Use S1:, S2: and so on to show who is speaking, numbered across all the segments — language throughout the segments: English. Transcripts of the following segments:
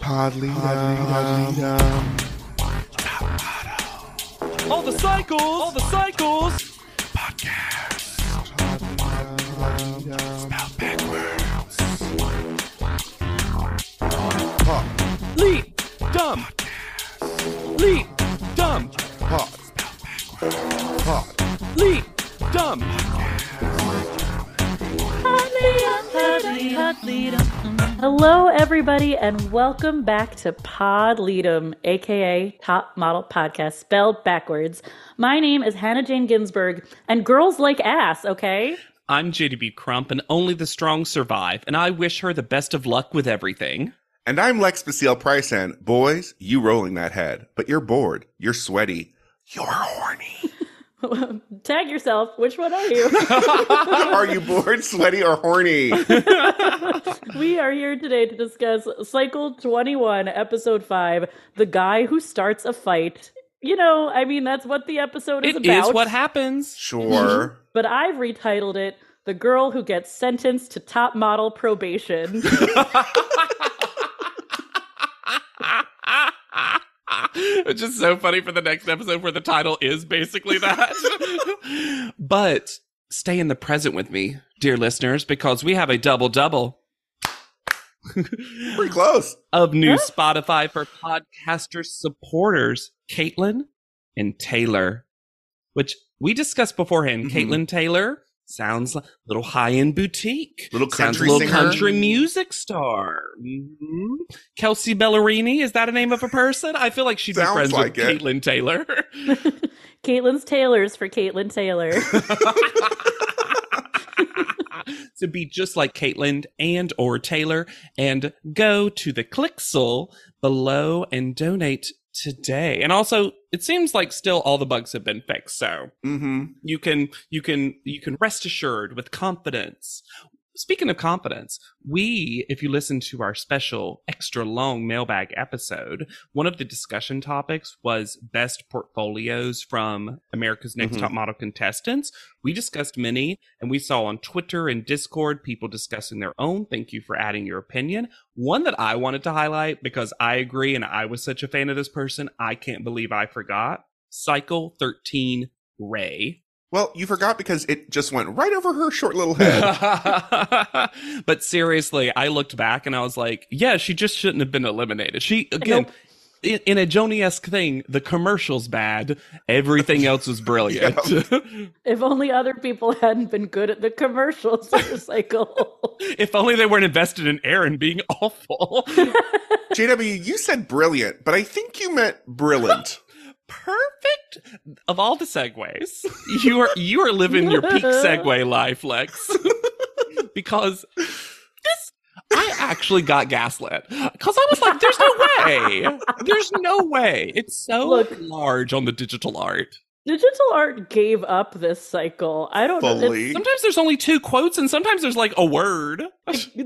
S1: Podly, Podly, um,
S2: All the cycles, all the cycles. Leap, dumb. Leap, dumb.
S1: pod, pod,
S2: Leap, dumb.
S3: Hello, everybody, and welcome back to Pod Leadem, aka Top Model Podcast, spelled backwards. My name is Hannah Jane Ginsburg, and girls like ass, okay?
S2: I'm JDB Crump, and only the strong survive. And I wish her the best of luck with everything.
S1: And I'm Lex Basile Price, and boys, you rolling that head, but you're bored, you're sweaty, you're horny.
S3: Tag yourself. Which one are you?
S1: Are you bored, sweaty, or horny?
S3: we are here today to discuss Cycle 21, Episode 5 The Guy Who Starts a Fight. You know, I mean, that's what the episode is
S2: It
S3: about.
S2: is what happens.
S1: Sure.
S3: but I've retitled it The Girl Who Gets Sentenced to Top Model Probation.
S2: Which is so funny for the next episode where the title is basically that. but stay in the present with me, dear listeners, because we have a double double
S1: Pretty close.
S2: of new Spotify for podcaster supporters, Caitlin and Taylor, which we discussed beforehand.
S1: Mhm.
S2: Caitlin Taylor sounds a little high end boutique,
S1: Little
S2: sounds a
S1: country
S2: little
S1: singer.
S2: country music star. Mhm. Kelsey Bellarini is that a name of a person? I feel like she'd be
S1: Sounds
S2: friends
S1: like
S2: with
S1: it.
S2: Caitlin Taylor.
S3: Caitlin's Taylor's for Caitlin Taylor.
S2: to be just like Caitlin and or Taylor and go to the Clixel below and donate today. And also, it seems like still all the bugs have been fixed, so
S1: Mm-hmm.
S2: you can you can you can rest assured with confidence. Speaking of confidence, we, if you listen to our special extra long mailbag episode, one of the discussion topics was best portfolios from America's Next
S1: Mhm.
S2: Top Model contestants. We discussed many and we saw on Twitter and Discord people discussing their own. Thank you for adding your opinion. One that I wanted to highlight because I agree and I was such a fan of this person, I can't believe I forgot. Cycle 13 Ray.
S1: Well, you forgot because it just went right over her short little head.
S2: but seriously, I looked back and I was like, yeah, she just shouldn't have been eliminated. She again in, in a Joni esque thing, the commercial's bad. Everything else was brilliant.
S3: if only other people hadn't been good at the commercials for Cycle.
S2: if only they weren't invested in Aaron being awful.
S1: JW, you said brilliant, but I think you meant brilliant.
S2: Perfect of all the segues. You are you are living your peak segue life, Lex. because this I actually got gaslit. Because I was like, there's no way. There's no way. It's so
S3: Look.
S2: large on the digital art.
S3: Digital art gave up this cycle. I don't know. It's-
S1: Fully.
S2: Sometimes there's only two quotes and sometimes there's like a word.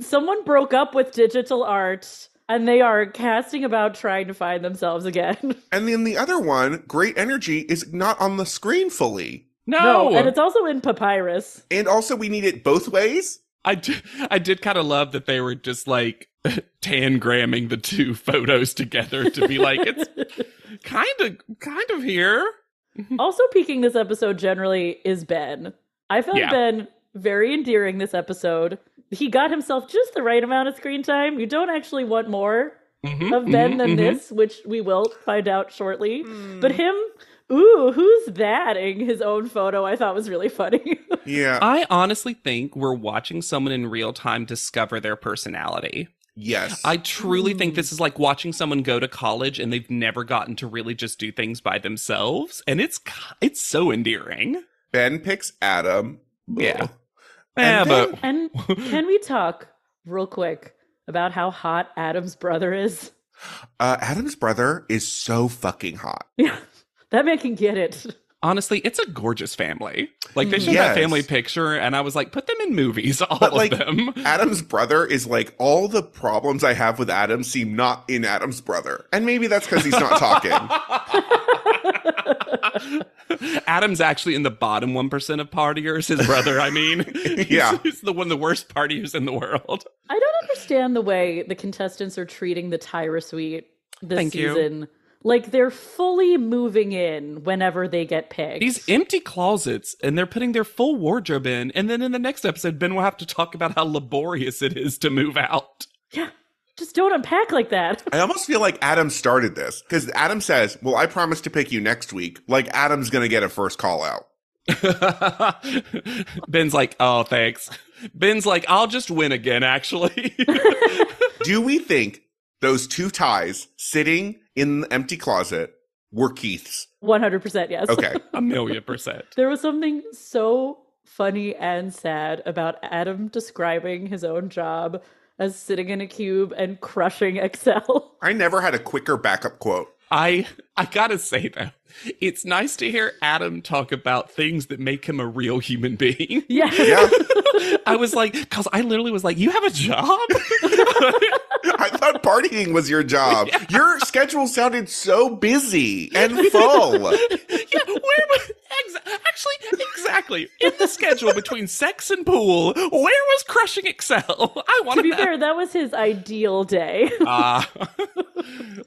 S3: Someone broke up with digital art and they are casting about trying to find themselves again.
S1: And then the other one, great energy, is not on the screen fully.
S2: No.
S3: and it's also in papyrus.
S1: And also, we need it both ways.
S2: I did, I did kind of love that they were just like tangramming the two photos together to be like it's kind of kind of here.
S3: Also peaking this episode generally is Ben. I found
S2: Yeah.
S3: Ben very endearing this episode. He got himself just the right amount of screen time. You don't actually want more
S1: Mm-hmm,
S2: Mhm,
S3: of Ben
S2: mhm,
S3: than
S2: mhm.
S3: this, which we will find out shortly. But him, ooh, who's thatting his own photo? I thought was really funny.
S1: Yeah.
S2: I honestly think we're watching someone in real time discover their personality.
S1: yes.
S2: I truly think
S3: Mm.
S2: this is like watching someone go to college and they've never gotten to really just do things by themselves, and it's ki- it's so endearing.
S1: ben picks Adam.
S2: Yeah.
S1: And
S2: yeah,
S1: then-
S3: and
S2: but
S3: can we talk real quick about how hot Adam's brother is?
S1: Uh, Adam's brother is so fucking hot.
S3: that man can get it.
S2: honestly, it's a gorgeous family. Like
S3: Hmm.
S2: they showed
S1: Yes.
S2: that family picture, and I was like, put them in movies, all
S1: But,
S2: of
S1: like,
S2: them.
S1: Adam's brother is like all the problems I have with Adam seem not in Adam's brother, and maybe that's because he's not talking.
S2: Adam's actually in the bottom one percent of partiers. His brother, I mean,
S1: Yeah.
S2: he's, he's the one of the worst partiers in the world.
S3: I don't understand the way the contestants are treating the Tyra suite this
S2: Thank you.
S3: season. Like they're fully moving in whenever they get picked.
S2: These empty closets, and they're putting their full wardrobe in, and then in the next episode, Ben will have to talk about how laborious it is to move out.
S3: Just don't unpack like that.
S1: I almost feel like Adam started this because Adam says, "Well, I promise to pick you next week." Like Adam's gonna get a first call out.
S2: Ben's like, oh, thanks. Ben's like, I'll just win again, actually.
S1: Do we think those two ties sitting in the empty closet were Keith's?
S3: 100% yes.
S1: Okay.
S2: a million percent.
S3: There was something so funny and sad about Adam describing his own job as sitting in a cube and crushing Excel.
S1: I never had a quicker backup quote.
S2: I I gotta say though, it's nice to hear Adam talk about things that make him a real human being.
S3: yeah.
S1: Yeah.
S2: I was like, because I literally was like, you have a job?
S1: I thought partying was your job. Your schedule sounded so busy and full.
S2: yeah, where was exa- actually exactly in the schedule between sex and pool? Where was crushing Excel? I
S3: To
S2: want
S3: be
S2: to.
S3: fair, that was his ideal day.
S2: Ah,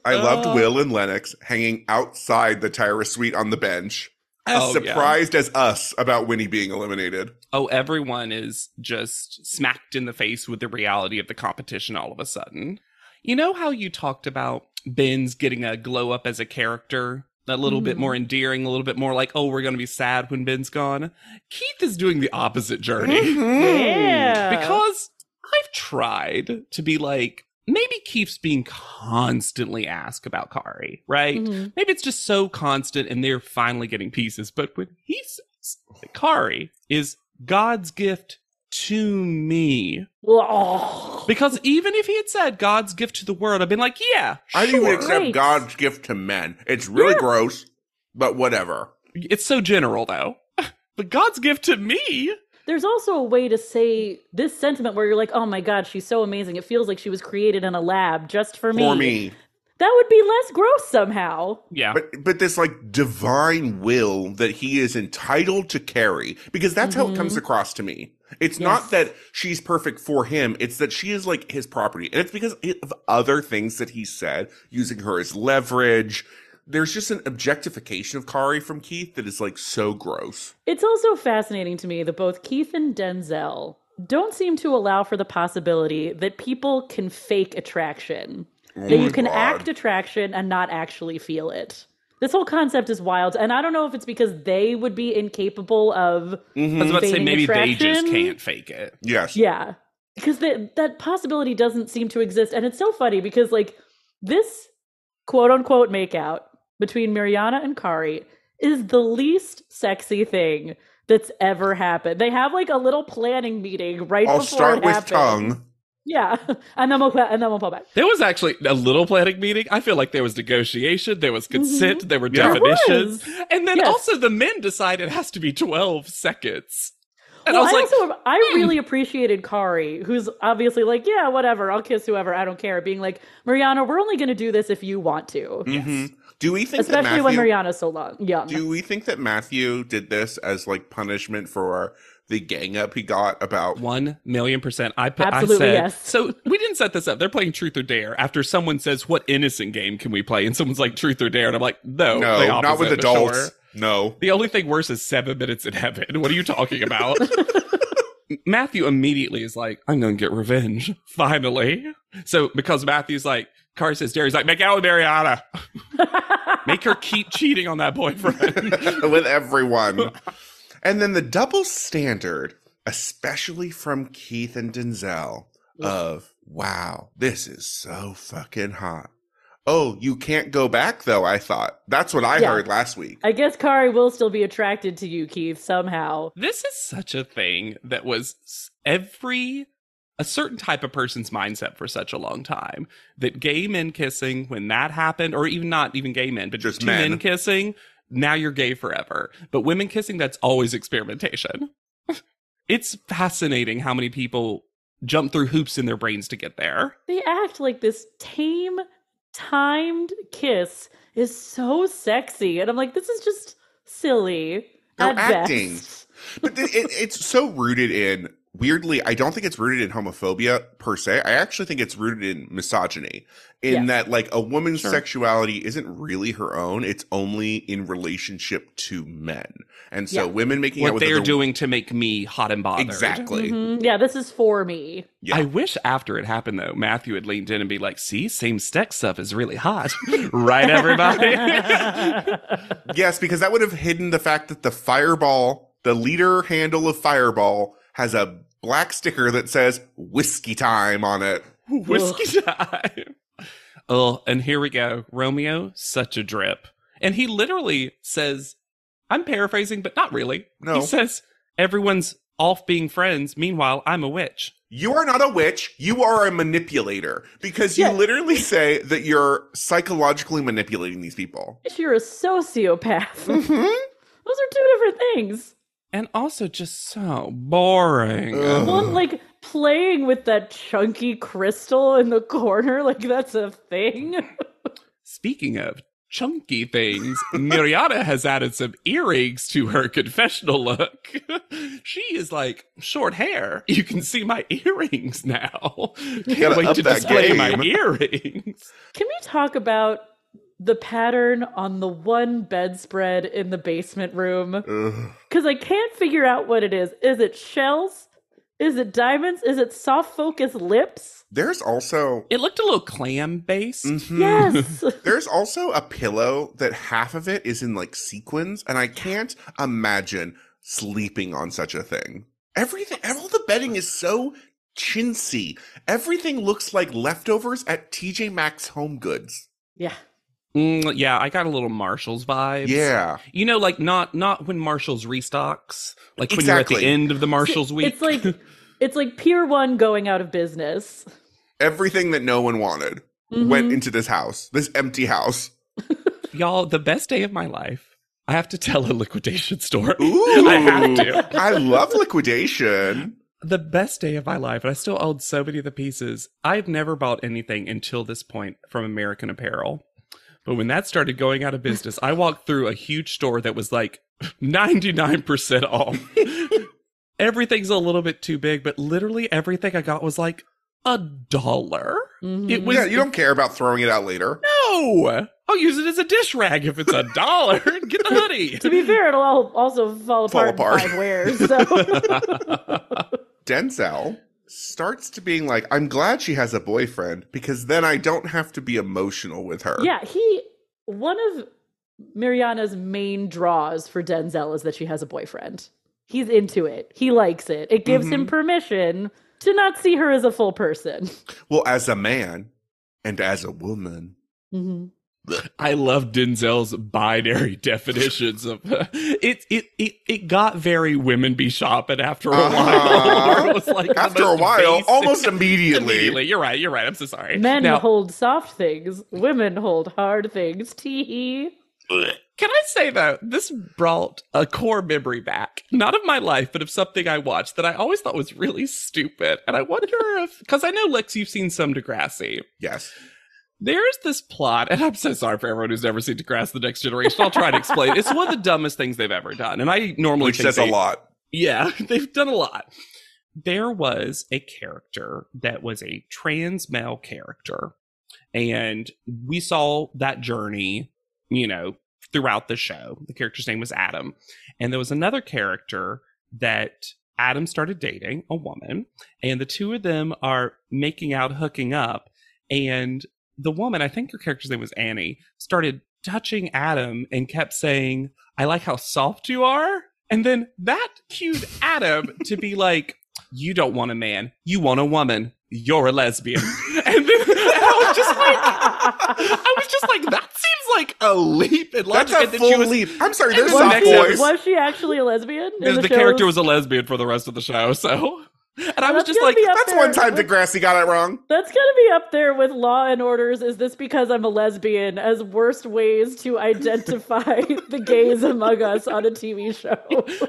S1: I
S2: Oh.
S1: loved Will and Lennox hanging outside the Tyra suite on the bench, as
S2: Oh, yeah.
S1: surprised as us about Winnie being eliminated.
S2: oh, everyone is just smacked in the face with the reality of the competition all of a sudden. You know how you talked about Ben's getting a glow up as a character? A little bit
S3: Mhm.
S2: more endearing, a little bit more like, oh, we're going to be sad when Ben's gone. Keith is doing the opposite journey
S3: yeah.
S2: because I've tried to be like, maybe Keith's being constantly asked about Kari, right?
S3: Mhm.
S2: Maybe it's just so constant and they're finally getting pieces. But when he says that Kari is God's gift to me,
S3: Blah.
S2: because even if he had said God's gift to the world, I've been like, yeah,
S1: I didn't even
S2: sure.
S1: accept
S3: Right.
S1: God's gift to men. It's really gross, but whatever.
S2: It's so general though. but God's gift to me,
S3: There's also a way to say this sentiment where you're like, oh my God, she's so amazing. It feels like she was created in a lab just for me.
S1: For me.
S3: That would be less gross somehow.
S2: yeah.
S1: But but this like divine will that he is entitled to carry because that's how it comes across to me. It's
S3: Mm-hmm. Yes.
S1: not that she's perfect for him; it's that she is like his property, and it's because of other things that he said, using her as leverage. There's just an objectification of Kari from Keith that is like so gross.
S3: It's also fascinating to me that both Keith and Denzel don't seem to allow for the possibility that people can fake attraction,
S1: Oh
S3: that you
S1: my
S3: can
S1: God.
S3: act attraction and not actually feel it. This whole concept is wild. And I don't know if it's because they would be incapable of,
S2: I was about to say
S3: Dating
S2: maybe they just
S3: attraction?
S2: can't fake it.
S1: Mm-hmm. Yes,
S3: yeah, because that that possibility doesn't seem to exist. And it's so funny because, like, this quote unquote makeout between Mariana and Kari is the least sexy thing that's ever happened. They have like a little planning meeting right
S1: I'll
S3: before
S1: start
S3: it
S1: with
S3: happens.
S1: tongue.
S3: Yeah, and then we'll and then we'll pull back.
S2: There was actually a little planning meeting. I feel like there was negotiation, there was consent, there were
S1: Yeah. There
S2: definitions.
S3: Mm-hmm. was.
S2: And then
S3: Yes.
S2: also the men decide it has to be 12 seconds. And
S3: Well,
S2: I was like, "Hmm."
S3: also, I really appreciated Kari, who's obviously like, yeah, whatever, I'll kiss whoever, I don't care. Being like, Mariana, we're only going to do this if you want to,
S1: Mhm. Do we think that
S3: especially when
S1: Matthew-
S3: Mariana's so long, young.
S1: Do we think that Matthew did this as like punishment for the gang up he got about?
S2: one million percent. I put,
S3: Absolutely,
S2: I said,
S3: yes.
S2: so we didn't set this up. They're playing truth or dare after someone says, what innocent game can we play? And someone's like truth or dare. And I'm like, no, the
S1: No, not
S2: opposite,
S1: with
S2: for
S1: adults.
S2: sure."
S1: No.
S2: The only thing worse is seven minutes in heaven. What are you talking about? Matthew immediately is like, I'm going to get revenge. Finally. So because Matthew's like, Car says Derry's like, make out with Mariana. Make her keep cheating on that boyfriend.
S1: with everyone. And then the double standard, especially from Keith and Denzel, of wow, this is so fucking hot. Oh, you can't go back though, I thought. That's what I
S3: Yeah.
S1: heard last week.
S3: I guess Kari will still be attracted to you, Keith, somehow.
S2: this is such a thing that was s- every a certain type of person's mindset for such a long time that gay men kissing when that happened or even not even gay men but
S1: Just
S2: two
S1: men.
S2: men. kissing now you're gay forever. But women kissing, that's always experimentation. it's fascinating how many people jump through hoops in their brains to get there.
S3: They act like this tame, timed kiss is so sexy. And I'm like, this is just silly.
S1: They're
S3: at
S1: acting.
S3: best.
S1: but th- it, it's so rooted in weirdly i don't think it's rooted in homophobia per se i actually think it's rooted in misogyny in
S3: Yes.
S1: that like a woman's
S2: Sure.
S1: sexuality isn't really her own it's only in relationship to men and so
S3: Yeah.
S1: women making out
S2: what
S1: with
S2: they're
S1: other-
S2: doing to make me hot and bothered.
S1: exactly
S3: Mhm. Yeah, this is for me.
S1: yeah
S2: I wish after it happened though, Matthew had leaned in and be like, "See, same sex stuff is really hot, right, everybody?"
S1: yes because that would have hidden the fact that the fireball the leader handle of fireball has a black sticker that says whiskey time on it
S2: Whiskey time. Oh, and here we go. Romeo, such a drip, and he literally says, "I'm paraphrasing, but not really."
S1: No.
S2: he says, "Everyone's off being friends. Meanwhile, I'm a witch."
S1: You are not a witch. You are a manipulator because you
S3: Yeah.
S1: literally say that you're psychologically manipulating these people.
S3: If you're a sociopath, those are two different things.
S2: And also just so boring.
S1: Ugh.
S3: One, like playing with that chunky crystal in the corner, like that's a thing.
S2: Speaking of chunky things, Miriana has added some earrings to her confessional look. she is like, short hair. You can see my earrings now. Can't
S1: gotta
S2: wait
S1: up
S2: to
S1: that
S2: display my
S1: game.
S2: earrings.
S3: Can we talk about the pattern on the one bedspread in the basement room?
S1: Ugh.
S3: Because I can't figure out what it is. Is it shells? Is it diamonds? Is it soft focus lips?
S1: There's also
S2: It looked a little clam based.
S1: Mhm.
S3: Yes.
S1: there's also a pillow that half of it is in like sequins, and I can't imagine sleeping on such a thing. Everything, all the bedding is so chintzy. Everything looks like leftovers at TJ Maxx Home Goods.
S3: yeah.
S2: Mm, yeah, I got a little Marshalls vibes.
S1: Yeah,
S2: You know, like not not when Marshalls restocks, like when
S1: Exactly.
S2: you're at the end of the Marshalls week.
S3: It's like it's like Pier One going out of business.
S1: everything that no one wanted went
S3: Mm-hmm.
S1: into this house, this empty house.
S2: Y'all, the best day of my life. I have to tell a liquidation story.
S1: Ooh.
S2: I have to.
S1: I love liquidation.
S2: The best day of my life, and I still owned so many of the pieces. I've never bought anything until this point from American Apparel. But when that started going out of business, I walked through a huge store that was like 99% off. Everything's a little bit too big, but literally everything I got was like a dollar.
S3: Mhm.
S2: It was
S1: yeah, you don't care about throwing it out later.
S2: no. I'll use it as a dish rag if it's a dollar. Get the hoodie.
S3: to be fair, it'll all also fall
S1: Fall
S3: apart,
S1: apart.
S3: in five wears. So
S1: Denzel starts to being like, I'm glad she has a boyfriend because then I don't have to be emotional with her.
S3: yeah, he one of Mariana's main draws for Denzel is that she has a boyfriend. He's into it. He likes it. It gives
S2: Mm-hmm.
S3: him permission to not see her as a full person.
S1: Well, as a man and as a woman.
S2: Mm-hmm.
S3: Mhm.
S2: I love Denzel's binary definitions of it. It it it got very women be shopping after a
S1: Uh-huh.
S2: while. It was like the
S1: After a
S2: most
S1: while,
S2: basic-
S1: almost immediately.
S2: immediately. You're right. You're right. I'm so sorry.
S3: Men
S2: now,
S3: hold soft things. Women hold hard things. Tee.
S2: can I say though, this brought a core memory back, not of my life, but of something I watched that I always thought was really stupid, and I wonder if because I know Lex, you've seen some Degrassi.
S1: Yes.
S2: There's this plot, and I'm so sorry for everyone who's never seen Degrassi: The Next Generation. I'll try to explain. It's one of the dumbest things they've ever done, and I normally
S1: Which
S2: think
S1: says a
S2: they-
S1: lot.
S2: Yeah, they've done a lot. There was a character that was a trans male character, and we saw that journey, you know, throughout the show. The character's name was Adam, and there was another character that Adam started dating, a woman, and the two of them are making out, hooking up, and the woman, I think her character's name was Annie, started touching Adam and kept saying, I like how soft you are. And then that cued Adam to be like, You don't want a man. You want a woman. You're a lesbian. And then and I was just like, I was just like, That seems like a leap in logic.
S1: That's a
S2: and then
S1: full
S2: she was,
S1: leap. I'm sorry, there's
S2: was
S1: soft
S2: next
S1: boys.
S3: was she actually a lesbian? in
S2: the,
S3: show?
S2: character was a lesbian for the rest of the show. So And I was
S3: That's
S2: just
S3: gotta
S2: like,
S3: be up
S1: That's
S3: there
S1: one time
S3: with-
S1: Degrassi got it wrong.
S3: That's gonna be up there with Law and Orders. Is this because I'm a lesbian? As worst ways to identify the gays among us on a TV show.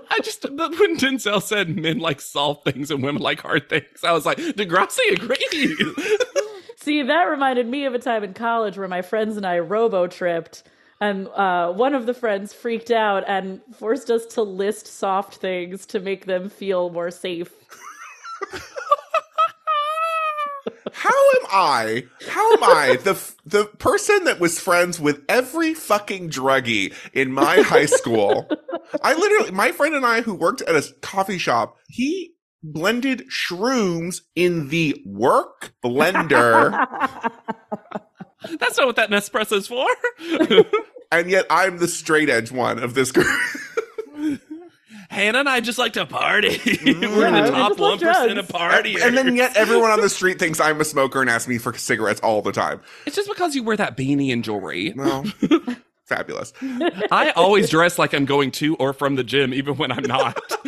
S2: I just but when Denzel said men like soft things and women like hard things, I was like, Degrassi agrees.
S3: See, that reminded me of a time in college where my friends and I robo tripped, and uh, one of the friends freaked out and forced us to list soft things to make them feel more safe.
S1: How am I? How am I the f- the person that was friends with every fucking druggie in my high school? I literally, my friend and I, who worked at a coffee shop, he blended shrooms in the work blender,
S2: That's not what that Nespresso's for.
S1: and yet I'm the straight edge one of this group.
S2: Hannah and I just like to party. We're in
S1: Yeah,
S2: the
S1: we
S2: top
S3: just love
S2: one percent of
S3: drugs.
S2: party.
S1: and then yet everyone on the street thinks I'm a smoker and asks me for cigarettes all the time.
S2: it's just because you wear that beanie and jewelry.
S1: Well, fabulous.
S2: I always dress like I'm going to or from the gym, even when I'm not.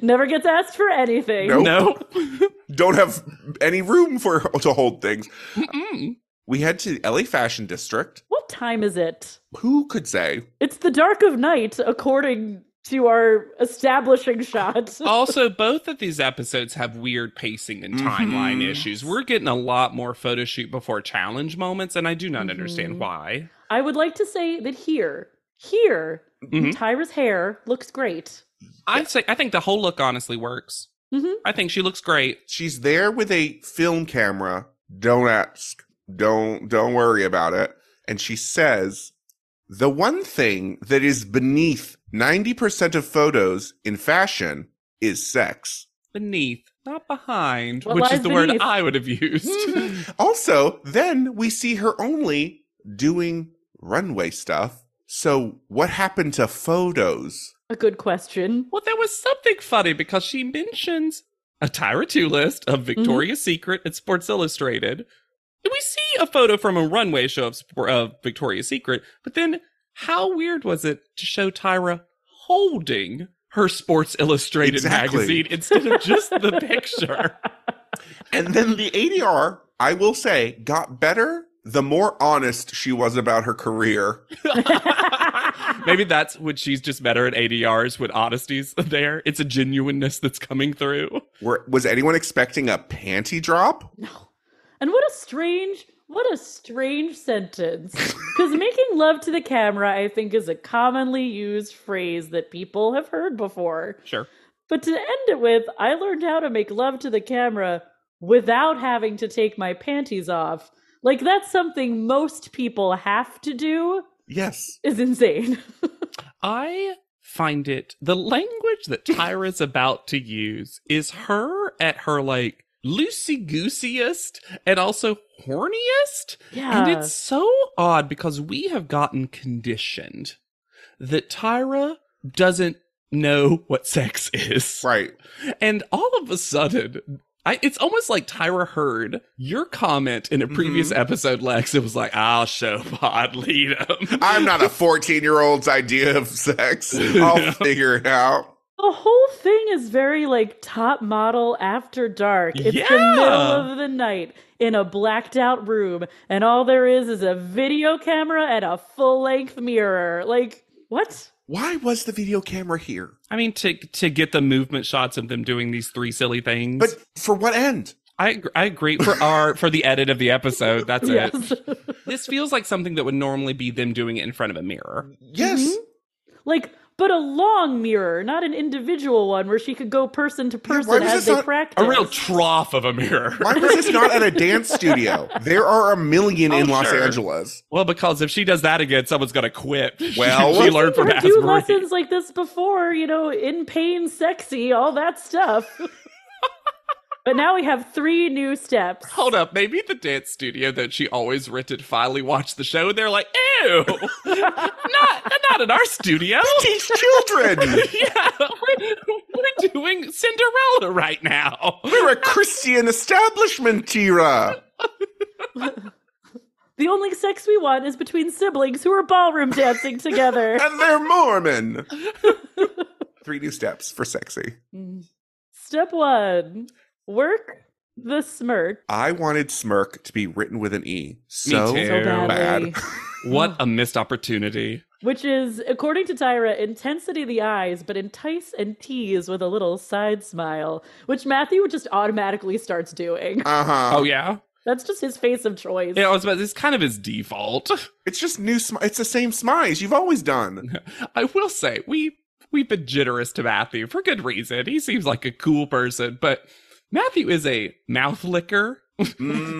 S3: Never gets asked for anything.
S1: Nope.
S2: no.
S1: Don't have any room for to hold things.
S2: Mm-mm.
S1: We head to the LA Fashion District.
S3: What time is it?
S1: who could say?
S3: It's the dark of night, according to our establishing shot.
S2: also, both of these episodes have weird pacing and timeline
S3: Mm-hmm.
S1: Mhm.
S2: issues. We're getting a lot more photo shoot before challenge moments, and I do not
S3: Mhm.
S2: understand why.
S3: I would like to say that here, here,
S2: Mhm.
S3: Tyra's hair looks great.
S2: I say I think the whole look honestly works.
S3: Mhm.
S2: I think she looks great.
S1: She's there with a film camera. Don't ask. Don't don't worry about it. And she says, "The one thing that is beneath 90% of photos in fashion is sex."
S2: Beneath, not behind,
S3: What
S2: which is
S3: lies
S2: the word
S3: beneath? Mm-hmm.
S2: I would have used.
S1: also, then we see her only doing runway stuff. So, what happened to photos?
S3: A good question.
S2: Well, there was something funny because she mentions a Tyra 2 list of Victoria's Secret and Sports Illustrated. We see a photo from a runway show of, Sp- of Victoria's Secret, but then how weird was it to show Tyra holding her Sports Illustrated
S1: Exactly.
S2: magazine instead of just the picture?
S1: And then the ADR, I will say, got better the more honest she was about her career.
S2: Maybe that's what she's just better at ADRs with honesties there. It's a genuineness that's coming through.
S1: Were, was anyone expecting a panty drop?
S3: No. And what a strange, what a strange sentence. Because making love to the camera, I think, is a commonly used phrase that people have heard before.
S2: Sure.
S3: But to end it with, I learned how to make love to the camera without having to take my panties off. Like, that's something most people have to do,
S1: Yes.
S3: is insane.
S2: I find it the language that Tyra's about to use is her at her like loosey gooseyest and also horniest.
S3: Yeah.
S2: And it's so odd because we have gotten conditioned that Tyra doesn't know what sex is.
S1: Right.
S2: And all of a sudden, I, it's almost like Tyra heard your comment in a previous episode, Lex. It was like, I'll show Pod lead 'em."
S1: I'm not a 14 year old's idea of sex. I'll figure it out.
S3: The whole thing is very like top model after dark. It's the
S2: Yeah.
S3: middle of the night in a blacked out room, and all there is is a video camera and a full length mirror. Like, what?
S1: Why was the video camera here?
S2: I mean, to to get the movement shots of them doing these three silly things.
S1: But for what end?
S2: I ag- I agree for our for the edit of the episode. That's it.
S3: Yes.
S2: This feels like something that would normally be them doing it in front of a mirror.
S1: Yes.
S2: Mm-hmm.
S3: like, but a long mirror, not an individual one where she could go person to
S1: why
S3: person
S1: was
S3: as
S1: this
S3: they
S1: not- a
S3: practice.
S2: A real trough of a mirror.
S1: Why was this not at a dance studio? There are a million in
S2: Oh,
S1: Los
S2: sure.
S1: Angeles.
S2: Well, because if she does that again, someone's gonna quit.
S1: Well-
S2: she learned from
S3: Or do
S2: Asbury.
S3: lessons like this before, you know, in pain, sexy, all that stuff. but now we have three new steps.
S2: Hold up, maybe the dance studio that she always rented finally watched the show and they're like, "Ew, not not in our studio."
S1: Teach children.
S2: yeah, we're, we're doing Cinderella right now.
S1: We're a Christian establishment, Tira.
S3: The only sex we want is between siblings who are ballroom dancing together.
S1: And they're Mormon. Three new steps for sexy.
S3: Mm. Step one work the smirk.
S1: I wanted smirk to be written with an E so
S2: too.
S3: So
S2: Ew.
S1: bad.
S3: badly.
S2: What a missed opportunity.
S3: Which is, according to Tyra, intensity of the eyes, but entice and tease with a little side smile, which Matthew just automatically starts doing.
S1: Uh huh.
S2: Oh, yeah?
S3: That's just his face of choice.
S2: Yeah, I was about, it's kind of his default.
S1: It's just new. Sm- it's the same smize you've always done.
S2: I will say, we, we've been generous to Matthew for good reason. He seems like a cool person, but Matthew is a mouth licker.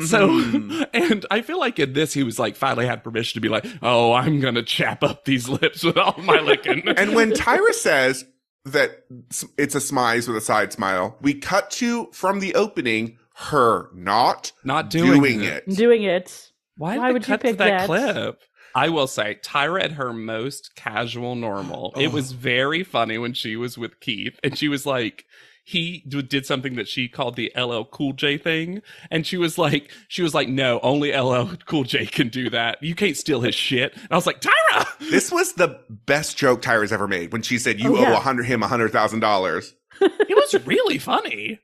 S2: So,
S1: Mhm.
S2: and I feel like in this, he was like finally had permission to be like, oh, I'm going to chap up these lips with all my licking.
S1: and when Tyra says that s- it's a smize with a side smile, we cut to from the opening her not
S2: Not
S1: doing,
S2: doing,
S1: it.
S3: Doing it.
S2: Why,
S3: Why
S2: did
S3: would
S2: would
S3: you
S2: cut to
S3: pick
S2: that,
S3: that?
S2: clip? I will say, Tyra at her most casual normal. It
S1: Ugh.
S2: was very funny when she was with Keith, and she was like, he d- did something that she called the LL Cool J thing, and she was like, she was like, no, only LL Cool J can do that. You can't steal his shit. And I was like, Tyra,
S1: This was the best joke Tyra's ever made when she said, "You
S3: Oh,
S1: owe
S3: yeah.
S1: a hundred him a hundred thousand dollars."
S2: it was really funny.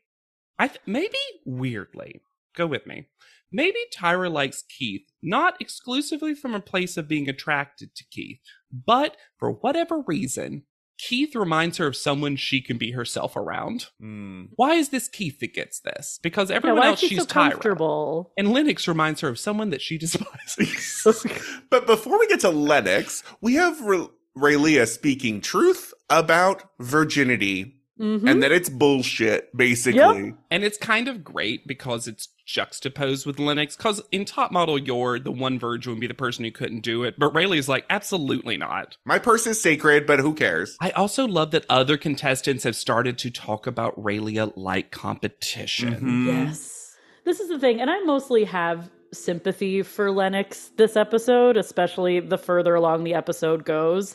S2: I th- maybe weirdly, go with me. Maybe Tyra likes Keith not exclusively from a place of being attracted to Keith, but for whatever reason, Keith reminds her of someone she can be herself around.
S1: Hmm.
S2: Why is this Keith that gets this? Because
S3: Yeah,
S2: everyone
S3: why is
S2: else
S3: she
S2: she's
S3: so
S2: Tyra.
S3: comfortable?
S2: And Lennox reminds her of someone that she despises.
S1: But before we get to Lennox, we have Ra- Raylia speaking truth about virginity
S3: Mhm.
S1: and that it's bullshit, basically.
S2: And it's kind of great because it's juxtaposed with Linux. Because in Top Model, you're the one virgin would be the person who couldn't do it. But Rayleigh is like, absolutely not.
S1: My purse is sacred, but who cares?
S2: I also love that other contestants have started to talk about Raylia like competition.
S3: Mm-hmm. Yes. This is the thing, and I mostly have sympathy for Lennox this episode, especially the further along the episode goes.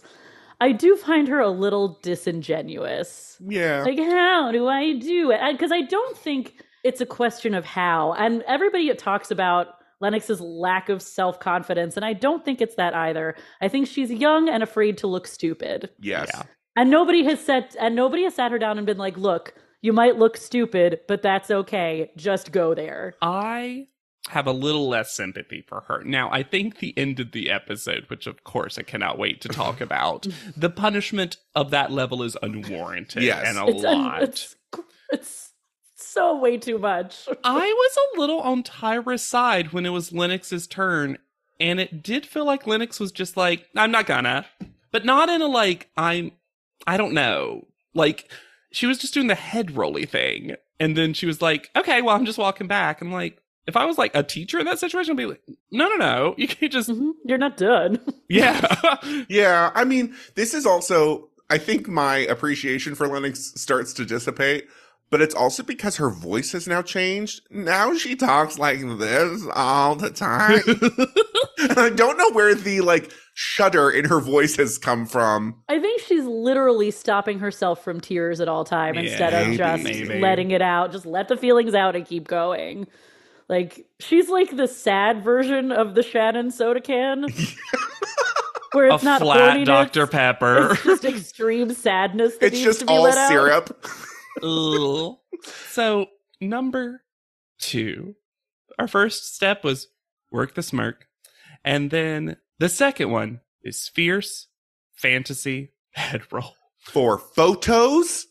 S3: I do find her a little disingenuous.
S1: Yeah.
S3: Like, how do I do it? Because I don't think it's a question of how. And everybody talks about Lennox's lack of self confidence, and I don't think it's that either. I think she's young and afraid to look stupid.
S1: yes.
S2: Yeah.
S3: And nobody has said, and nobody has sat her down and been like, look, you might look stupid, but that's okay. Just go there.
S2: I have a little less sympathy for her. Now, I think the end of the episode, which of course I cannot wait to talk about, the punishment of that level is unwarranted
S1: Yes.
S2: and a
S3: It's, un-
S2: lot.
S3: it's it's so way too much.
S2: I was a little on Tyra's side when it was Lennox's turn, and it did feel like Lennox was just like, I'm not gonna. But not in a like, I'm I don't know. Like she was just doing the head rolly thing. And then she was like, Okay, well I'm just walking back. I'm like, if I was like a teacher in that situation, I'd be like, No, no, no. You can't just
S3: Mhm. You're not done.
S2: Yeah.
S1: Yeah, I mean, this is also I think my appreciation for Lennox starts to dissipate, but it's also because her voice has now changed. Now she talks like this all the time. and I don't know where the like shudder in her voice has come from.
S3: I think she's literally stopping herself from tears at all time instead of
S1: maybe,
S3: just
S2: maybe.
S3: letting it out. Just let the feelings out and keep going. Like she's like the sad version of the Shannon soda can, where
S2: a
S3: it's not
S2: flat
S3: horniness,
S2: Dr. Pepper.
S3: It's just extreme sadness. That
S1: It's
S3: needs
S1: just
S3: to be
S1: all
S3: let out.
S1: syrup.
S2: Ugh. so number two, our first step was work the smirk, and then the second one is fierce fantasy head roll.
S1: For photos?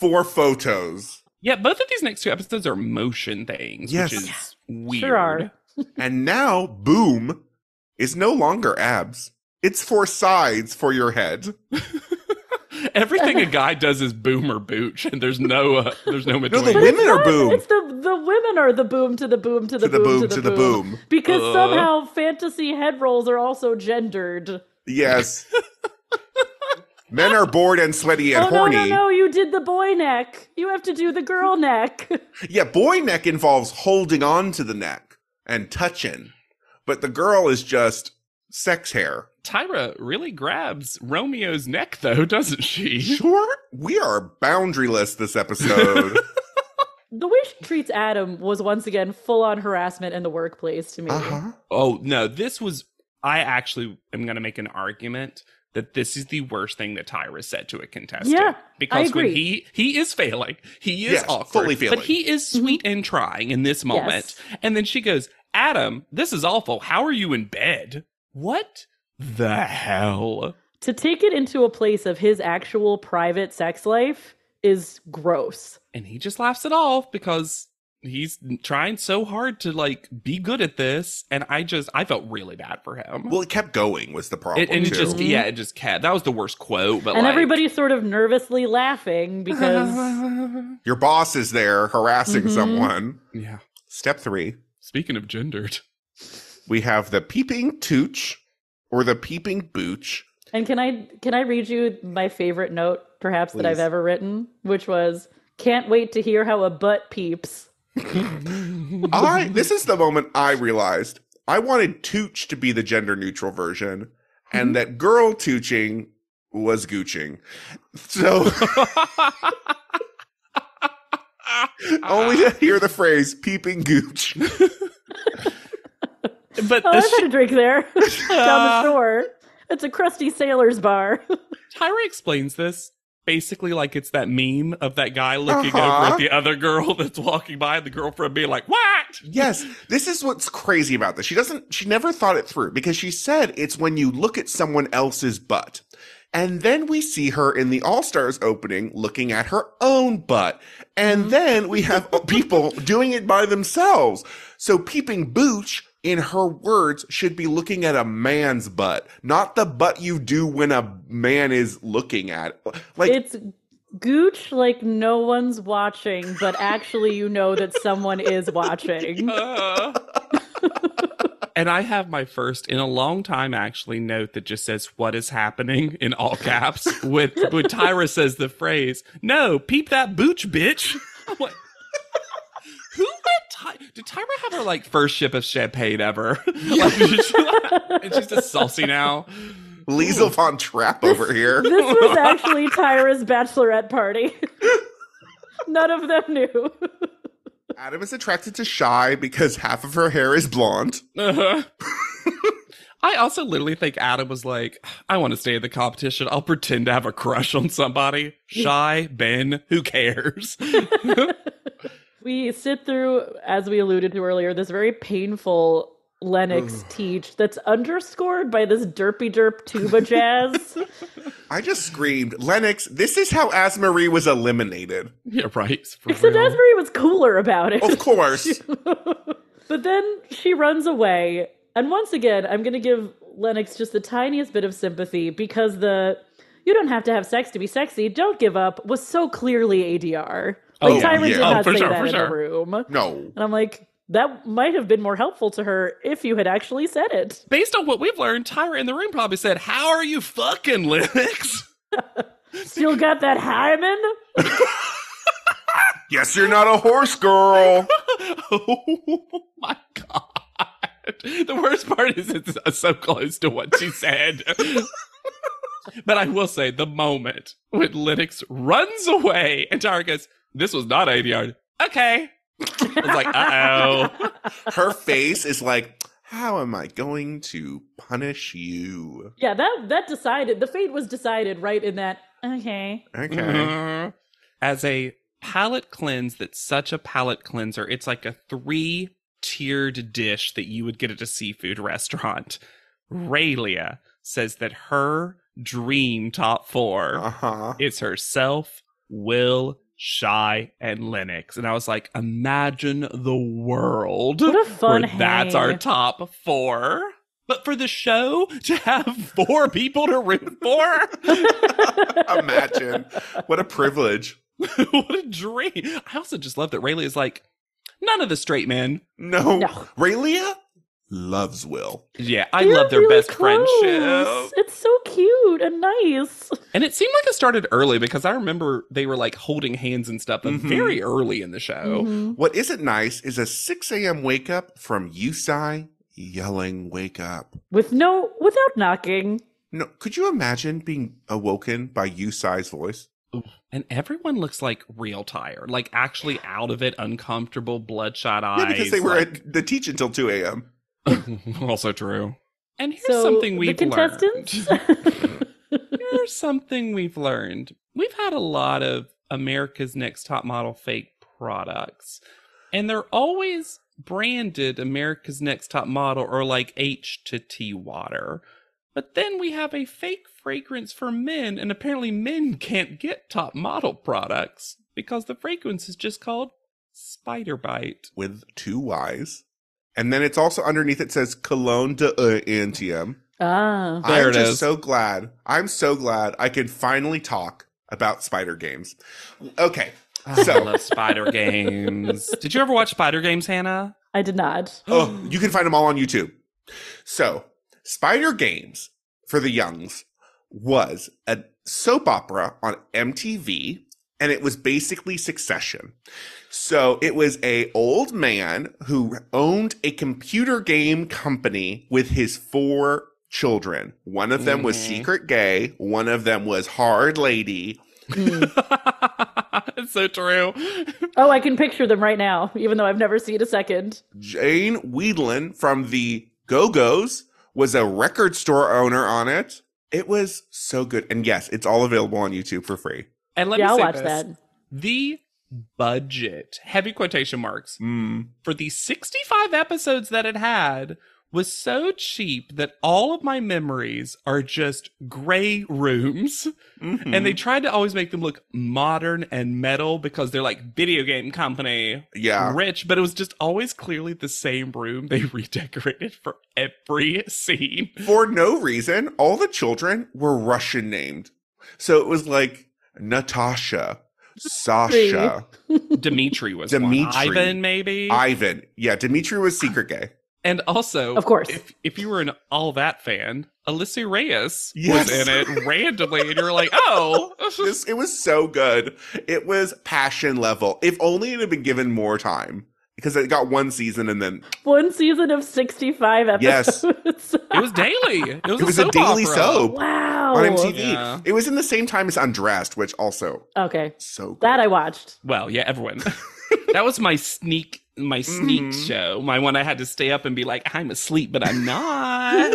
S1: For photos.
S2: Yeah, both of these next two episodes are motion things,
S1: Yes.
S2: which is weird.
S3: Sure are.
S1: And now boom is no longer abs. It's for sides for your head.
S2: Everything a guy does is boom or booch, and there's no uh, there's no
S1: No,
S2: between.
S1: the women are boom.
S3: It's the the women are the boom to the boom to the,
S1: To the boom to the boom.
S3: because
S2: Ugh.
S3: somehow fantasy head rolls are also gendered.
S1: Yes. Men are bored and sweaty and
S3: oh
S1: horny.
S3: no no no! You did the boy neck. You have to do the girl neck.
S1: Yeah, boy neck involves holding on to the neck and touching, but the girl is just sex hair.
S2: Tyra really grabs Romeo's neck though, doesn't
S3: Mm-hmm.
S2: she?
S1: Sure, we are boundaryless this episode.
S3: the way she treats Adam was once again full on harassment in the workplace to me.
S1: uh huh.
S2: Oh no, this was I actually am gonna make an argument that this is the worst thing that Tyra said to a contestant.
S3: Yeah,
S2: because when he
S3: agree.
S2: he is failing, he is
S1: Yes,
S2: awkward,
S1: fully failing.
S2: but he is
S3: Mm-hmm.
S2: sweet and trying in this moment. And then she goes, "Adam, this is awful. How are you in bed? What the hell?"
S3: To take it into a place of his actual private sex life is gross.
S2: And he just laughs it off because he's trying so hard to like be good at this. And I just I felt really bad for him.
S1: Well, it kept going was the problem.
S2: It- and it
S1: too.
S2: just yeah, it just kept. That was the worst quote. But
S3: and
S2: like,
S3: everybody's sort of nervously laughing because
S1: Your boss is there harassing
S3: Mhm.
S1: someone.
S2: yeah.
S1: Step three,
S2: Speaking of gendered,
S1: we have the peeping tooch or the peeping booch.
S3: And can I can I read you my favorite note perhaps that I've
S2: Please.
S3: ever written, which was can't wait to hear how a butt peeps.
S1: I this is the moment I realized I wanted tooch to be the gender neutral version, and that girl tooching was gooching. So only to hear the phrase peeping gooch.
S2: but
S3: Oh,
S2: the
S3: I've had a drink there down the
S2: Ah.
S3: shore. It's a crusty sailor's bar.
S2: Tyra explains this basically like it's that meme of that guy looking
S1: Uh-huh.
S2: over at the other girl that's walking by, the girlfriend being like, "What?"
S1: Yes, this is what's crazy about this. She doesn't, she never thought it through because she said it's when you look at someone else's butt. And then we see her in the All Stars opening looking at her own butt. And then we have people doing it by themselves. So Peeping Booch, in her words, should be looking at a man's butt, not the butt you do when a man is looking at. it. Like,
S3: it's gooch like no one's watching, but actually you know that someone is watching.
S2: Uh. and I have my first in a long time actually note that just says "What is happening" in all caps. With when Tyra says the phrase, "No, peep that booch, bitch." I'm like, Who let Ty- did Tyra have her like first sip of champagne ever? like, did she, and she's just saucy now.
S1: Liesel von Trapp over here.
S3: This was actually Tyra's bachelorette party. None of them knew.
S1: Adam is attracted to Shy because half of her hair is blonde.
S2: Uh-huh. I also literally think Adam was like, I want to stay in the competition. I'll pretend to have a crush on somebody. Shy, Ben, who cares?
S3: We sit through, as we alluded to earlier, this very painful Lennox teach that's underscored by this derpy derp tuba jazz.
S1: I just screamed, Lennox, this is how Asmarie was eliminated.
S2: yeah, right. For
S3: Except
S2: real.
S3: Asbury was cooler about it.
S1: Of course.
S3: but then she runs away. And once again, I'm going to give Lennox just the tiniest bit of sympathy because the you don't have to have sex to be sexy, don't give up was so clearly ADR. Like,
S2: Oh,
S3: Tyra
S1: yeah.
S3: did
S1: Oh,
S3: not
S2: for
S3: say
S2: sure,
S3: that
S2: for
S3: in the
S2: sure.
S3: room.
S1: No.
S3: And I'm like, that might have been more helpful to her if you had actually said it.
S2: Based on what we've learned, Tyra in the room probably said, How are you fucking, Lennox?
S3: Still got that hymen?
S1: Yes, you're not a horse girl.
S2: oh my God. The worst part is it's uh, so close to what she said. but I will say the moment when Linux runs away and Tara goes, This was not ADR. Okay. I was like, uh oh.
S1: Her face is like, how am I going to punish you?
S3: Yeah, that that decided the fate was decided right in that okay.
S1: Okay.
S2: Mhm. As a palate cleanse that's such a palate cleanser, it's like a three tiered dish that you would get at a seafood restaurant. Raylia says that her dream top
S1: Uh
S2: four
S1: huh.
S2: is herself, Will, Shy, and Linux. And I was like, imagine the world.
S3: What a fun
S2: where that's our
S3: hang.
S2: top four. But for the show to have four people to root for.
S1: Imagine. What a privilege.
S2: what a dream. I also just love that Rayleigh is like, none of the straight men.
S1: No.
S3: No.
S1: Raylia loves Will.
S2: Yeah, I
S3: They're
S2: love their
S3: really
S2: best
S3: close.
S2: friendship.
S3: It's so cute and nice.
S2: And it seemed like it started early because I remember they were like holding hands and stuff
S1: Mhm.
S2: very early in the show.
S3: Mhm.
S1: What isn't nice is a 6 a.m. wake up from Yusai yelling, wake up.
S3: With no without knocking.
S1: No, could you imagine being awoken by Yusai's voice?
S2: And everyone looks like real tired, like actually out of it, uncomfortable, bloodshot eyes.
S1: Yeah, because they were
S2: like-
S1: at the teach until 2 a.m.
S2: also true. And here's
S3: so
S2: something
S3: the
S2: we've learned.
S3: contestants
S2: Here's something we've learned. We've had a lot of America's Next Top Model fake products, and they're always branded America's Next Top Model or like H to T water. But then we have a fake fragrance for men, and apparently men can't get top model products because the fragrance is just called Spider Bite.
S1: with two Y's. And then it's also underneath it says Cologne de uh, Antium.
S3: Ah.
S2: There
S1: I'm
S2: it
S1: just
S2: is.
S1: so glad. I'm so glad I can finally talk about spider games. Okay.
S2: I
S1: So-
S2: love Spider Games. Did you ever watch Spider Games, Hannah?
S3: I did not.
S1: Oh, you can find them all on YouTube. So, Spider Games for the Youngs was a soap opera on MTV, and it was basically Succession. So it was a old man who owned a computer game company with his four children. One of them was
S2: Mhm.
S1: secret gay. One of them was hard lady.
S3: Hmm.
S2: it's so true.
S3: oh, I can picture them right now, even though I've never seen a second.
S1: Jane Weedlin from the Go Go's was a record store owner on it. It was so good. And yes, it's all available on YouTube for free.
S2: And let
S3: yeah,
S2: me
S3: I'll
S2: say
S3: watch
S2: this.
S3: that.
S2: The budget, heavy quotation marks,
S1: Mm.
S2: for the 65 episodes that it had was so cheap that all of my memories are just gray rooms.
S1: Mm-hmm.
S2: And they tried to always make them look modern and metal because they're like video game company
S1: yeah.
S2: rich, but it was just always clearly the same room they redecorated for every scene.
S1: For no reason, all the children were Russian named. So it was like Natasha, Sasha,
S2: Dimitri was
S1: Dimitri.
S2: one. Ivan maybe.
S1: Ivan. Yeah, Dimitri was secret gay.
S2: and also
S3: Of course.
S2: if if you were an all that fan, Alyssa Reyes
S1: Yes.
S2: was in it randomly and you're like, "Oh,
S1: This it was so good. It was passion level. If only it had been given more time. Because it got one season and then
S3: One season of 65
S1: Yes.
S3: episodes.
S2: it was daily. It was,
S1: it was a
S2: soap
S1: daily
S2: opera.
S1: soap.
S3: wow.
S1: on MTV.
S2: Yeah.
S1: It was in the same time as Undressed, which also
S3: Okay.
S1: so good.
S3: That I watched.
S2: Well, yeah, everyone. that was my sneak my sneak
S1: Mhm.
S2: show. My one I had to stay up and be like, I'm asleep, but I'm not.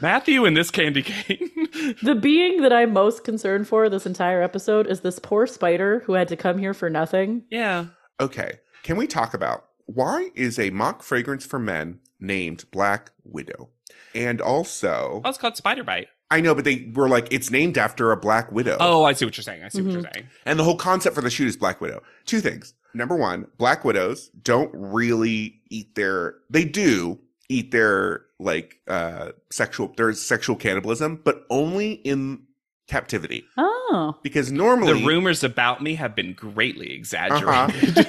S2: Matthew and this candy cane.
S3: The being that I'm most concerned for this entire episode is this poor spider who had to come here for nothing.
S2: yeah.
S1: okay, can we talk about why is a mock fragrance for men named Black Widow? And also,
S2: Oh, it's called Spider Bite.
S1: I know, but they were like, it's named after a Black Widow.
S2: Oh, I see what you're saying. I see what
S1: Mm-hmm.
S2: you're saying.
S1: And the whole concept for the shoot is Black Widow. Two things. Number one, Black Widows don't really eat their, they do eat their like uh sexual, there's sexual cannibalism, but only in captivity.
S3: Oh.
S1: Because normally, Uh-huh.
S2: The rumors about me have been greatly exaggerated.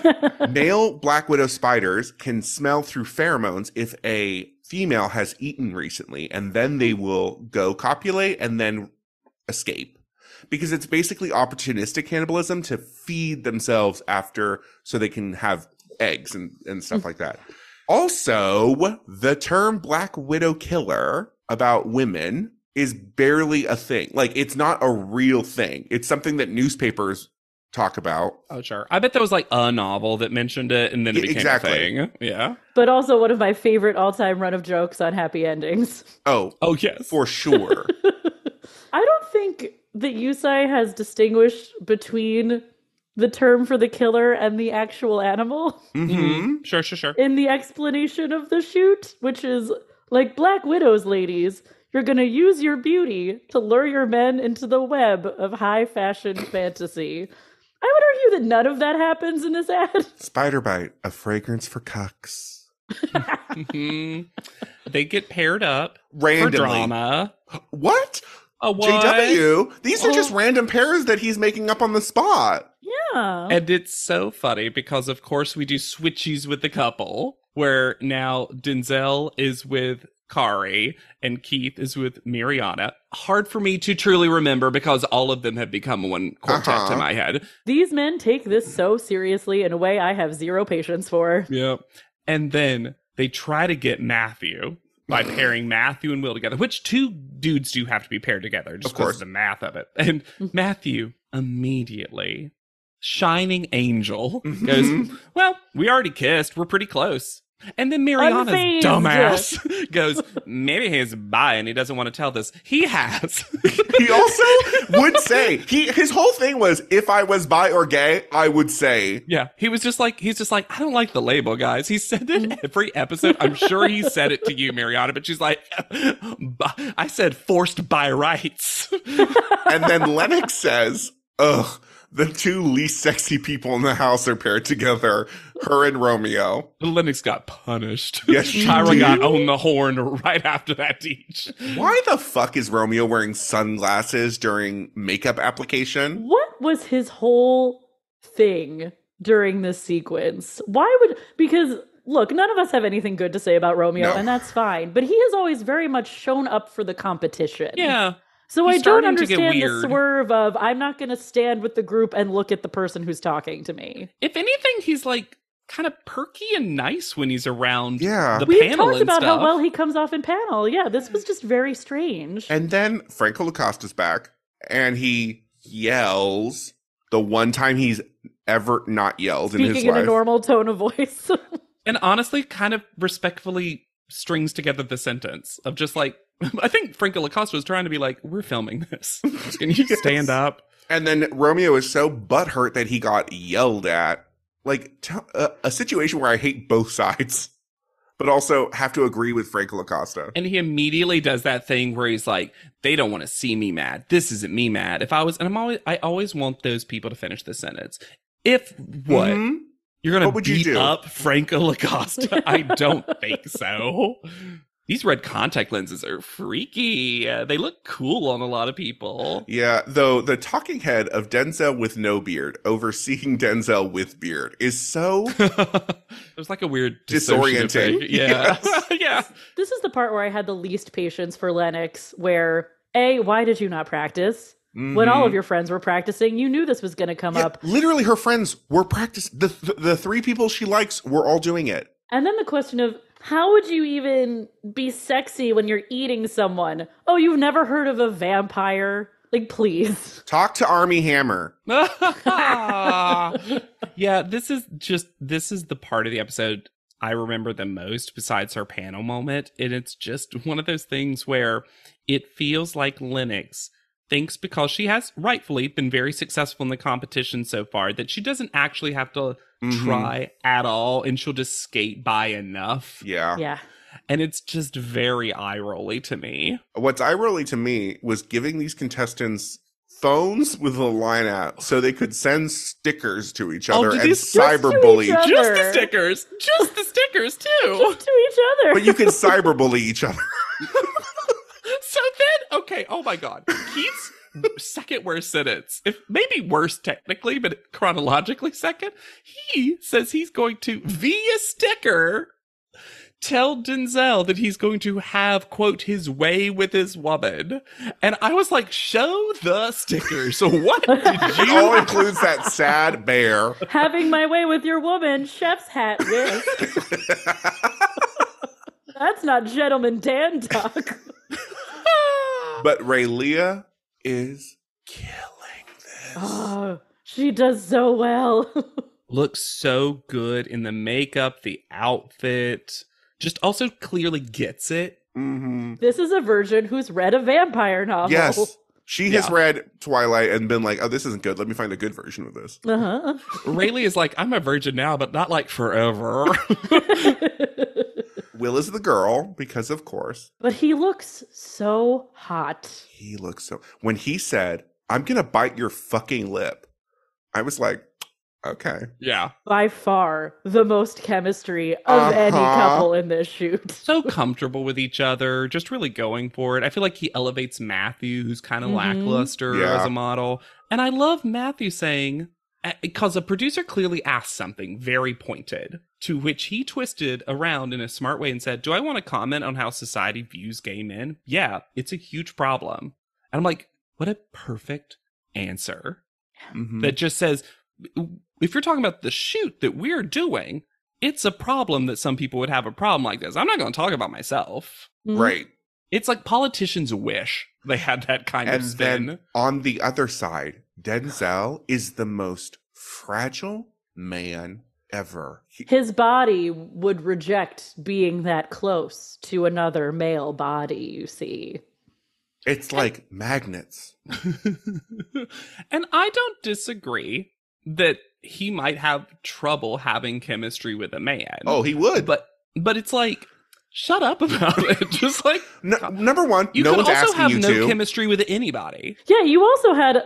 S1: Male black widow spiders can smell through pheromones if a female has eaten recently, and then they will go copulate and then escape. Because it's basically opportunistic cannibalism to feed themselves after so they can have eggs and, and stuff like that. Also, the term black widow killer about women is barely a thing. Like, it's not a real thing, it's something that newspapers talk about.
S2: Oh, sure. I bet there was like a novel that mentioned it and then it
S1: Yeah,
S2: became
S1: exactly.
S2: a thing. Yeah.
S3: But also one of my favorite all time run of jokes on happy endings.
S1: Oh,
S2: Oh, yes.
S1: for sure.
S3: I don't think that Yusai has distinguished between the term for the killer and the actual animal
S1: hmm
S2: Mhm. Sure, sure, sure.
S3: in the explanation of the shoot, which is like Black Widows, ladies. You're going to use your beauty to lure your men into the web of high fashion fantasy. I would argue that none of that happens in this ad.
S1: Spider bite, a fragrance for cucks.
S2: Mhm. they get paired up for
S1: Randomly.
S2: drama.
S1: What?
S2: A what?
S1: JW? These are just
S2: Oh.
S1: random pairs that he's making up on the spot.
S3: Yeah.
S2: And it's so funny because, of course, we do switchies with the couple, where now Denzel is with Kari and Keith is with Mariana. Hard for me to truly remember because all of them have become one quartet
S1: Uh-huh.
S2: to my head.
S3: These men take this so seriously in a way I have zero patience for.
S2: Yeah. And then they try to get Matthew by pairing Matthew and Will together, which two dudes do have to be paired together, just
S1: Of
S2: because
S1: course.
S2: of the math of it. And Matthew immediately, shining angel, goes,
S1: Mhm.
S2: Well, we already kissed. We're pretty close. And then Mariana's
S3: Unfazed.
S2: dumbass goes, maybe he's bi and he doesn't want to tell this. He has.
S1: He also would say he his whole thing was if I was bi or gay, I would say
S2: yeah. He was just like, he's just like, I don't like the label, guys. He said it every episode. I'm sure he said it to you, Mariana, but she's like, "Bi- I said forced by rights.
S1: and then Lennox says, Ugh, the two least sexy people in the house are paired together, her and Romeo.
S2: Lennox got punished.
S1: Yes, she
S2: Tyra
S1: did.
S2: got on the horn right after that teach.
S1: Why the fuck is Romeo wearing sunglasses during makeup application?
S3: What was his whole thing during this sequence? Why would because look, none of us have anything good to say about Romeo,
S1: No.
S3: and that's fine. But he has always very much shown up for the competition.
S2: Yeah.
S3: So
S2: he's
S3: I don't
S2: starting to get
S3: understand the
S2: weird.
S3: swerve of I'm not going to stand with the group and look at the person who's talking to me.
S2: If anything, he's like kind of perky and nice when he's around
S1: Yeah.
S2: the
S3: We
S2: panel
S3: talked
S2: and
S3: about
S2: stuff.
S3: how well he comes off in panel. Yeah, this was just very strange.
S1: And then Franco Lacosta's back and he yells the one time he's ever not yelled in his
S3: Speaking in
S1: life.
S3: a normal tone of voice.
S2: and honestly kind of respectfully strings together the sentence of just like I think Franco Lacosta was trying to be like, "We're filming this. Can you
S1: Yes.
S2: stand up?"
S1: and then Romeo is so butthurt that he got yelled at. Like t- a, a situation where I hate both sides, but also have to agree with Franco Lacosta.
S2: And he immediately does that thing where he's like, "They don't want to see me mad. This isn't me mad. If I was, and I'm always, I always want those people to finish the sentence. If what
S3: Mm-hmm.
S1: Mhm.
S2: you're gonna
S1: What would you
S2: beat
S1: do?
S2: up Franco Lacosta? I don't think so. These red contact lenses are freaky. Uh, they look cool on a lot of people.
S1: Yeah, though the talking head of Denzel with no beard overseeing Denzel with beard is so
S2: it was like a weird dissociative
S1: Disorienting.
S2: thing. Yeah.
S1: Yes.
S2: yeah.
S3: this is the part where I had the least patience for Lennox, where A, why did you not practice? When all
S2: Mm-hmm.
S3: of your friends were practicing, you knew this was going to come
S1: mm-hmm. Yeah,
S3: up.
S1: literally her friends were practice the, the the three people she likes were all doing it.
S3: And then the question of how would you even be sexy when you're eating someone? Oh, you've never heard of a vampire? Like, please.
S1: Talk to Army Hammer.
S2: yeah, this is just this is the part of the episode I remember the most besides her panel moment. And it's just one of those things where it feels like Lennox thinks because she has rightfully been very successful in the competition so far that she doesn't actually have to
S1: Mhm.
S2: try at all and she'll just skate by enough.
S1: Yeah.
S3: Yeah.
S2: And it's just very eye rolly to me.
S1: What's eye rolly to me was giving these contestants phones with a line out so they could send stickers to each
S2: Oh,
S1: other
S2: did
S1: and
S2: they
S3: just to
S1: cyberbully.
S3: each other?
S2: Just the stickers. Just the stickers too.
S3: To each other.
S1: But you could cyberbully each other.
S2: So then, okay, oh my god. Keith's second worst sentence, if maybe worse technically, but chronologically second, he says he's going to, via sticker, tell Denzel that he's going to have, quote, his way with his woman. And I was like, show the stickers. What did
S1: It
S2: you
S1: all includes that sad bear.
S3: Having my way with your woman, chef's hat whisk. That's not gentleman Dan talk.
S1: But Raylia is killing this.
S3: Oh, she does so well.
S2: looks so good in the makeup, the outfit, just also clearly gets it.
S1: hmm
S3: this is a virgin who's read a vampire novel.
S1: Yes. She has
S2: Yeah.
S1: read Twilight and been like, oh, this isn't good. Let me find a good version of this.
S3: Uh-huh.
S2: Rayleigh is like, I'm a virgin now, but not like forever.
S1: Will is the girl, because of course,
S3: but he looks so hot.
S1: he looks so. When he said, I'm going to bite your fucking lip, I was like, okay.
S2: yeah.
S3: By far the most chemistry of any
S1: Uh-huh.
S3: couple in this shoot.
S2: So comfortable with each other, just really going for it. I feel like he elevates Matthew, who's kind of
S3: Mhm.
S2: lackluster
S1: Yeah.
S2: as a model. And I love Matthew saying, uh, because a producer clearly asked something very pointed, to which he twisted around in a smart way and said, Do I want to comment on how society views gay men? Yeah, it's a huge problem. And I'm like, What a perfect answer.
S1: Mhm.
S2: that just says if you're talking about the shoot that we're doing, it's a problem that some people would have a problem like this. I'm not going to talk about myself.
S3: Mm-hmm.
S1: Right.
S2: It's like politicians wish they had that kind
S1: And
S2: of spin.
S1: then on the other side, Denzel is the most fragile man ever. He-
S3: His body would reject being that close to another male body, you see.
S1: It's like magnets.
S2: and I don't disagree that he might have trouble having chemistry with a man.
S1: Oh, he would.
S2: Mm. but but it's like shut up about it. Just like
S1: No- number one,
S2: you
S1: no
S2: could
S1: one's
S2: also
S1: asking
S2: have
S1: you
S2: no
S1: to.
S2: chemistry with anybody.
S3: Yeah, you also had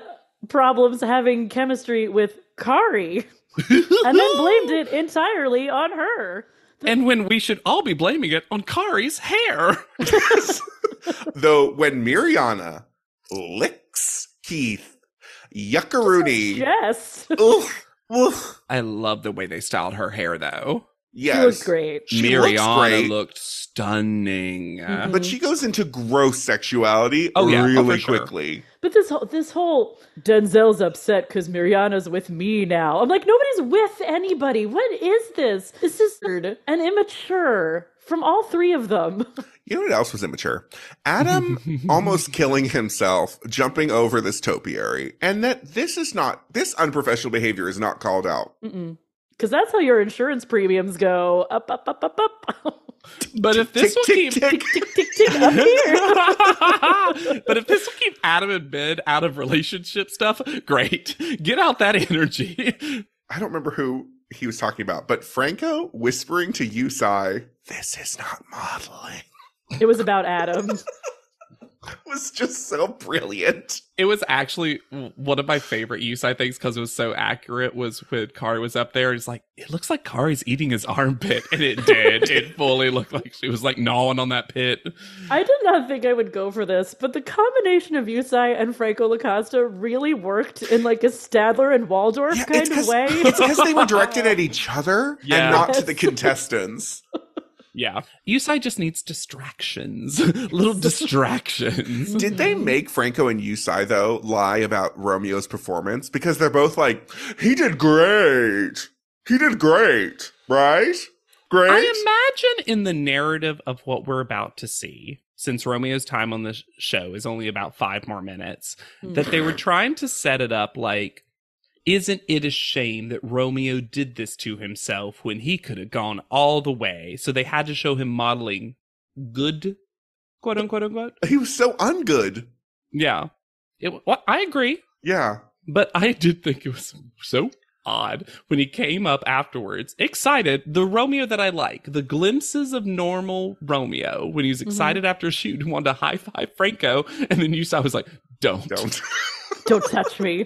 S3: problems having chemistry with Kari and then blamed it entirely on her.
S2: And when we should all be blaming it on Kari's hair.
S1: Though when Miriana licks Keith, yuckaroonie.
S3: Yes.
S1: Oof, oof.
S2: I love the way they styled her hair though.
S1: Yes.
S3: She was great.
S1: She looks
S2: Mariana
S1: great.
S2: looked stunning.
S3: Mhm.
S1: But she goes into gross sexuality
S2: Oh, yeah. Oh, for
S1: really
S2: sure.
S1: quickly.
S3: But this whole this whole Denzel's upset because Miriana's with me now. I'm like, nobody's with anybody. What is this? This is weird and immature from all three of them.
S1: You know what else was immature? Adam almost killing himself jumping over this topiary. And that this is not, this unprofessional behavior is not called out.
S3: Because that's how your insurance premiums go up, up, up, up, up.
S2: But if this will
S1: tick,
S2: keep
S1: tick,
S3: tick,
S1: tick.
S3: tick, tick, up here.
S2: but if this will keep Adam and Ben out of relationship stuff, great. Get out that energy.
S1: I don't remember who he was talking about, but Franco whispering to Yusai, this is not modeling,
S3: It was about Adam.
S1: was just so brilliant.
S2: It was actually one of my favorite use, I think, because it was so accurate. Was when Kari was up there, it's like it looks like Kari's eating his armpit, and it did. it fully looked like she was like gnawing on that pit.
S3: I did not think I would go for this, but the combination of Yusai and Franco Lacosta really worked in like a Stadler and Waldorf
S1: Yeah,
S3: kind
S1: it's
S3: of
S1: 'cause-
S3: way.
S1: It's because they were directed at each other
S2: Yeah.
S1: and not to the
S3: Yes.
S1: contestants.
S2: Yeah, Yusai just needs distractions, little distractions.
S1: Did they
S3: Mm-hmm.
S1: make Franco and Yusai though lie about Romeo's performance? Because they're both like, he did great. He did great, right? Great.
S2: I imagine in the narrative of what we're about to see, since Romeo's time on the show is only about five more minutes, that they were trying to set it up like, isn't it a shame that Romeo did this to himself when he could have gone all the way? So they had to show him modeling good, quote unquote, unquote.
S1: he was so ungood.
S2: Yeah. It, well, I agree.
S1: Yeah.
S2: But I did think it was so odd when he came up afterwards, excited, the Romeo that I like, the glimpses of normal Romeo when he was excited after a shoot and wanted to high five Franco, and then you saw I was like, don't.
S1: Don't.
S3: Don't touch me.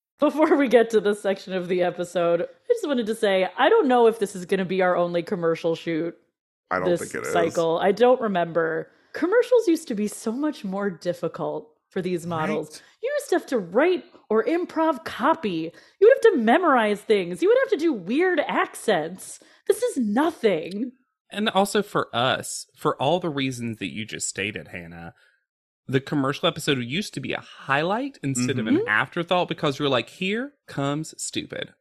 S3: Before we get to this section of the episode, I just wanted to say I don't know if this is going to be our only commercial shoot
S1: I don't
S3: this
S1: think it is.
S3: cycle. I don't remember. Commercials used to be so much more difficult for these models.
S1: Right.
S3: You used to have to write or improv copy. You would have to memorize things. You would have to do weird accents. This is nothing.
S2: And also for us, for all the reasons that you just stated, Hannah, the commercial episode used to be a highlight instead of
S3: Mm-hmm.
S2: an afterthought because you're like, here comes stupid.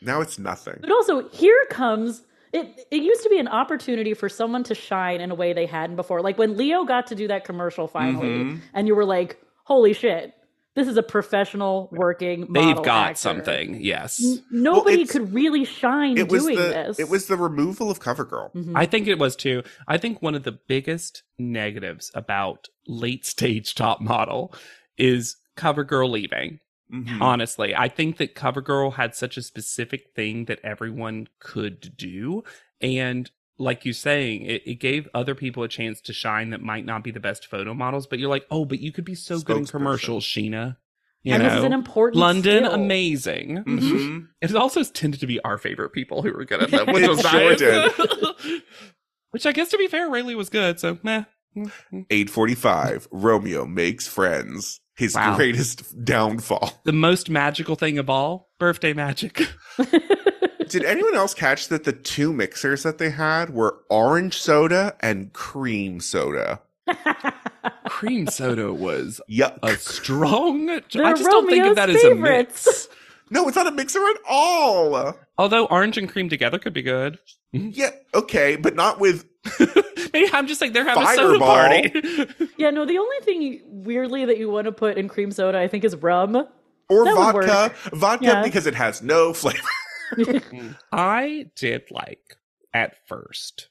S1: Now it's nothing.
S3: But also, here comes it. It used to be an opportunity for someone to shine in a way they hadn't before. Like when Leo got to do that commercial finally,
S1: Mhm.
S3: and you were like, "Holy shit, this is a professional working." model
S2: They've got
S3: actor." Mm-hmm.
S2: something. Yes.
S3: N- Nobody
S1: it's-
S3: could really shine
S1: It was
S3: doing
S1: the
S3: this.
S1: it was the removal of CoverGirl.
S3: Mhm.
S2: I think it was too. I think one of the biggest negatives about late stage top model is CoverGirl leaving.
S3: Mm-hmm.
S1: Mhm.
S2: Honestly, I think that CoverGirl had such a specific thing that everyone could do. And like you saying, it, it gave other people a chance to shine that might not be the best photo models, but you're like, oh, but you could be so good in
S1: Spokesperson.
S2: commercials, Sheena. You
S3: and
S2: know,
S3: this is an important
S2: London,
S3: skill.
S2: amazing.
S1: Mhm.
S3: Mm-hmm.
S2: It also tended to be our favorite people who were good at them, which
S1: It
S2: was
S1: sure
S2: nice.
S1: did.
S2: which I guess, to be fair, Rayleigh was good. So, meh.
S1: 845 Romeo makes friends. his
S2: Wow.
S1: greatest downfall.
S2: The most magical thing of all, birthday magic.
S1: Did anyone else catch that the two mixers that they had were orange soda and cream soda?
S2: Cream soda was
S1: Yuck.
S2: a strong. I just
S3: They're
S2: don't think of
S3: Romeo's
S2: that
S3: favorites.
S2: as a mix.
S1: no, it's not a mixer at all.
S2: Although orange and cream together could be good.
S1: Yeah, okay, but not with
S2: Maybe I'm just like they're having a soda party.
S3: yeah, no, the only thing weirdly that you want to put in cream soda, I think, is rum.
S1: or
S3: That would
S1: vodka. Vodka
S3: Yeah.
S1: because it has no flavor.
S2: I did like at first,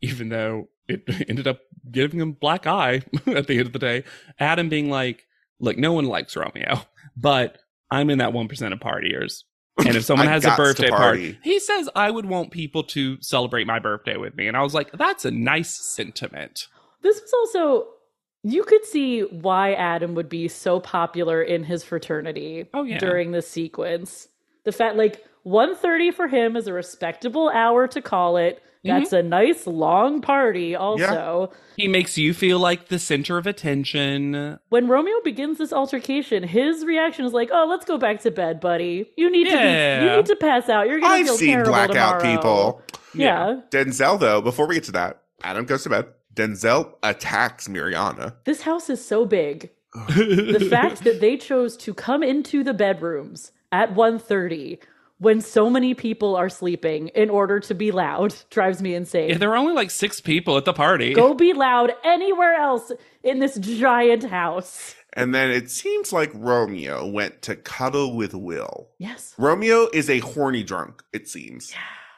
S2: even though it ended up giving him black eye at the end of the day. Adam being like, "Look, no one likes Romeo, but I'm in that one percent of partiers." And if someone
S1: I
S2: has a
S1: gots to
S2: birthday
S1: party.
S2: party, he says, "I would want people to celebrate my birthday with me," and I was like, "That's a nice sentiment."
S3: This was also, you could see why Adam would be so popular in his fraternity
S2: Oh, yeah.
S3: during this sequence. The fact, like, 1.30 for him is a respectable hour to call it.
S2: Mm-hmm.
S3: That's a nice long party also.
S2: He makes you feel like the center of attention.
S3: When Romeo begins this altercation, his reaction is like, "Oh, let's go back to bed, buddy. You need to be, you
S2: Yeah.
S3: need to pass out. You're gonna
S1: I've
S3: feel
S1: seen
S3: terrible
S1: blackout
S3: tomorrow."
S1: people.
S3: Yeah.
S1: Denzel, though, before we get to that, Adam goes to bed. Denzel attacks Miriana.
S3: this house is so big.
S2: the
S3: The fact that they chose to come into the bedrooms at 1.30 when so many people are sleeping in order to be loud drives me insane.
S2: yeah, there were only like six people at the party.
S3: go be loud anywhere else in this giant house.
S1: And then it seems like Romeo went to cuddle with Will.
S3: Yes.
S1: Romeo is a horny drunk, it seems.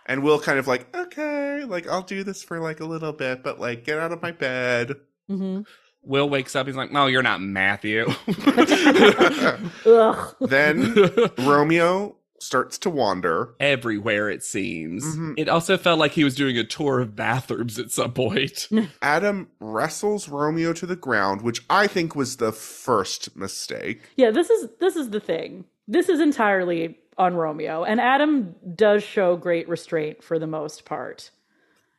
S1: And Will kind of like, okay, like I'll do this for like a little bit, but like get out of my bed.
S3: hmm
S2: Will wakes up. He's like, "No, you're not Matthew."
S3: Ugh.
S1: then Romeo starts to wander.
S2: Everywhere it seems.
S1: Mhm.
S2: It also felt like he was doing a tour of bathrooms at some point.
S1: Adam wrestles Romeo to the ground, which I think was the first mistake.
S3: Yeah, this is this is the thing. This is entirely on Romeo, and Adam does show great restraint for the most part.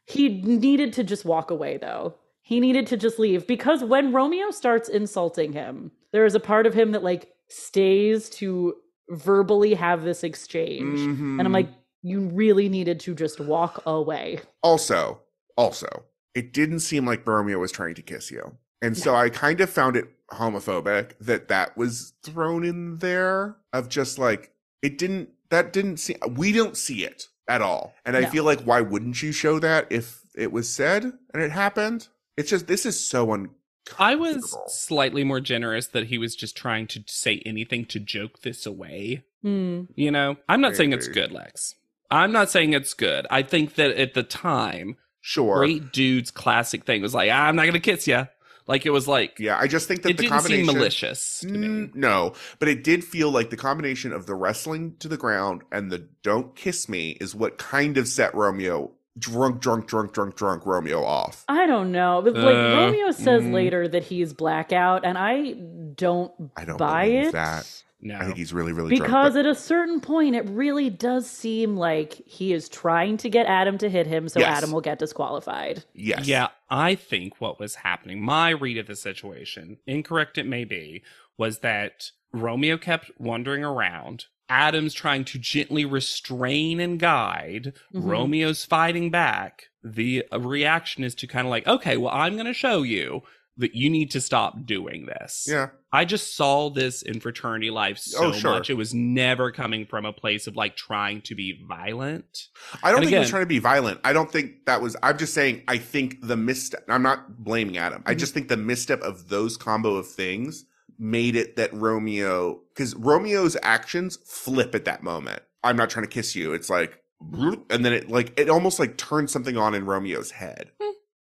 S3: He needed to just walk away though. He needed to just leave because when Romeo starts insulting him, there is a part of him that like stays to verbally have this exchange. And I'm
S1: Mhm.
S3: like you really needed to just walk away.
S1: Also, also, it didn't seem like Romeo was trying to kiss you. And so I kind of found it homophobic that that was thrown in there of just like, it didn't, that didn't seem, we don't see it at all. And I
S3: No.
S1: feel like, why wouldn't you show that if it was said and it happened? It's just, this is so uncomfortable.
S2: I was slightly more generous that he was just trying to say anything to joke this away.
S3: Hmm.
S2: You know, I'm not saying it's
S1: Maybe.
S2: good, Lex. I'm not saying it's good. I think that at the time,
S1: Sure.
S2: great dude's classic thing was like, "I'm not gonna kiss you." Like it was like
S1: Yeah. I just think that
S2: it
S1: the
S2: didn't
S1: combination.
S2: seem malicious. To me.
S1: Mm, no, but it did feel like the combination of the wrestling to the ground and the don't kiss me is what kind of set Romeo drunk, drunk, drunk, drunk, drunk Romeo off.
S3: I don't know. But like
S2: Uh,
S3: Romeo says
S2: mm.
S3: later that he's blackout and I don't
S1: mm-hmm. I don't
S3: buy
S1: believe
S3: it.
S1: that.
S2: No,
S1: I think he's really, really
S3: because at
S1: drunk.
S3: a certain point it really does seem like he is trying to get adam to hit him so
S1: Yes.
S3: adam will get disqualified
S1: but yes.
S2: Yeah, I think what was happening, my read of the situation, incorrect it may be, was that Romeo kept wandering around. Adam's trying to gently restrain and guide.
S1: Mm-hmm.
S3: Mhm.
S2: Romeo's fighting back. The uh, reaction is to kind of like, okay, well, I'm going to show you that you need to stop doing this.
S1: Yeah.
S2: I just saw this in fraternity life so
S1: Oh, sure.
S2: much. It was never coming from a place of like trying to be violent.
S1: I
S2: And
S1: don't think he was
S2: again-
S1: trying to be violent. I don't think that was, I'm just saying, I think the misstep, I'm not blaming Adam.
S2: Mm-hmm.
S1: I just think the misstep of those combo of things made it that Romeo, because Romeo's actions flip at that moment. I'm not trying to kiss you. It's like, bloop, and then it like, it almost like turns something on in Romeo's head.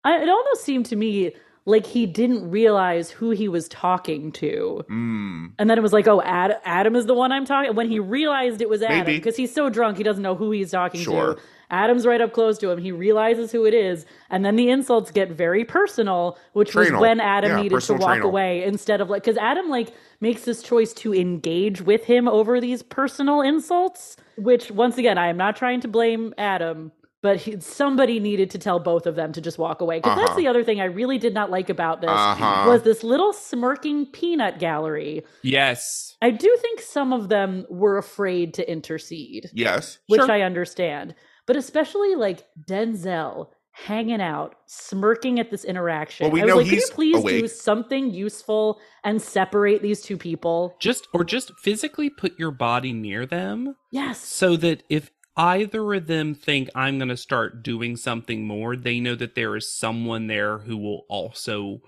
S3: I, it almost seemed to me like he didn't realize who he was talking to
S1: Mm.
S3: and then it was like oh Ad, adam is the one i'm talking when he realized it was adam
S1: Maybe.
S3: because he's so drunk he doesn't know who he's talking
S1: Sure.
S3: to adam's right up close to him he realizes who it is and then the insults get very personal which
S1: Trainal.
S3: was when adam
S1: Yeah,
S3: needed to
S1: personal
S3: walk
S1: trainal.
S3: away instead of like because adam like makes this choice to engage with him over these personal insults which once again i am not trying to blame adam but he, somebody needed to tell both of them to just walk away because that's
S1: Uh-huh.
S3: the other thing I really did not like about this
S1: Uh-huh.
S3: was this little smirking peanut gallery.
S2: Yes.
S3: I do think some of them were afraid to intercede,
S1: Yes.
S3: which
S2: Sure.
S3: I understand, but especially like Denzel hanging out, smirking at this interaction.
S1: Well, we
S3: I was
S1: know
S3: like, can you
S1: he's
S3: please do
S1: awake."
S3: something useful and separate these two people?
S2: Just or just physically put your body near them
S3: Yes.
S2: so that if either of them think I'm going to start doing something more, they know that there is someone there who will also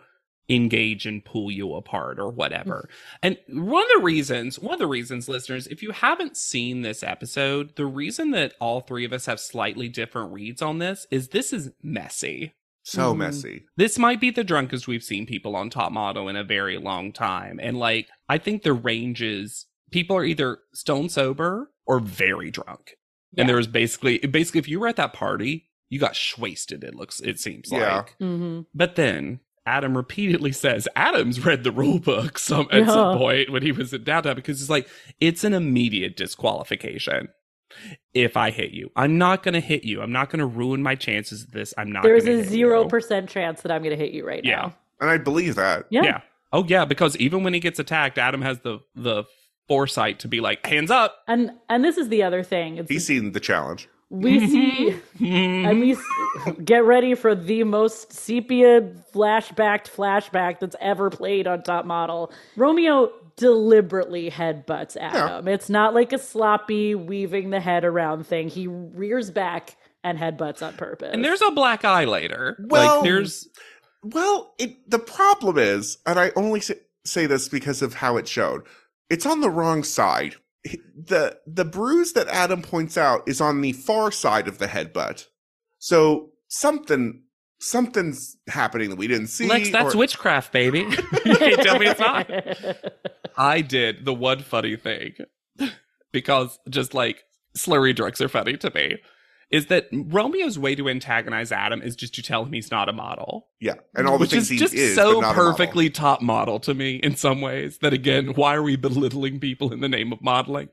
S2: engage and pull you apart or whatever. And one of the reasons, one of the reasons listeners, if you haven't seen this episode, the reason that all three of us have slightly different reads on this is this is messy.
S1: So
S2: Mm-hmm.
S3: Mm.
S1: messy.
S2: This might be the drunkest we've seen people on Top Model in a very long time. And like, I think the range is people are either stone sober or very drunk.
S3: Yeah.
S2: And there was basically, basically, if you were at that party, you got shwasted, it looks, it seems
S1: Yeah.
S2: like.
S3: Mm-hmm.
S2: But then Adam repeatedly says, Adam's read the rule book some, at
S3: Yeah.
S2: some point when he was at downtown because it's like, it's an immediate disqualification. If I hit you, I'm not going to hit you. I'm not going to ruin my chances of this. I'm not
S3: There's
S2: gonna
S3: a
S2: hit
S3: 0%
S2: you.
S3: chance that I'm going to hit you right
S2: Yeah.
S3: now.
S1: And I believe that.
S3: Yeah.
S2: Yeah. Oh yeah, because even when he gets attacked, Adam has the the foresight to be like, hands up.
S3: And and this is the other thing. It's,
S1: He's seen the challenge.
S3: we see
S2: Mm-hmm.
S3: I mean, s- get ready for the most sepia flashbacked flashback that's ever played on Top Model. Romeo deliberately headbutts Adam. It's not like a sloppy weaving the head around thing. He rears back and headbutts on purpose.
S2: And there's a black eye later.
S1: Well-
S2: like there's
S1: Well, it the problem is, and I only say, say this because of how it showed. It's on the wrong side. He- The the bruise that Adam points out is on the far side of the headbutt. So something something's happening that we didn't see.
S2: Lex, that's
S1: or-
S2: witchcraft, baby. you can't tell me it's not. I did the one funny thing because just like slurry drugs are funny to me. Is that Romeo's way to antagonize Adam is just to tell him he's not a model.
S1: yeah, and all the
S2: which
S1: things
S2: is
S1: he
S2: just
S1: is,
S2: so
S1: but not a model.
S2: perfectly top model to me in some ways that again why are we belittling people in the name of modeling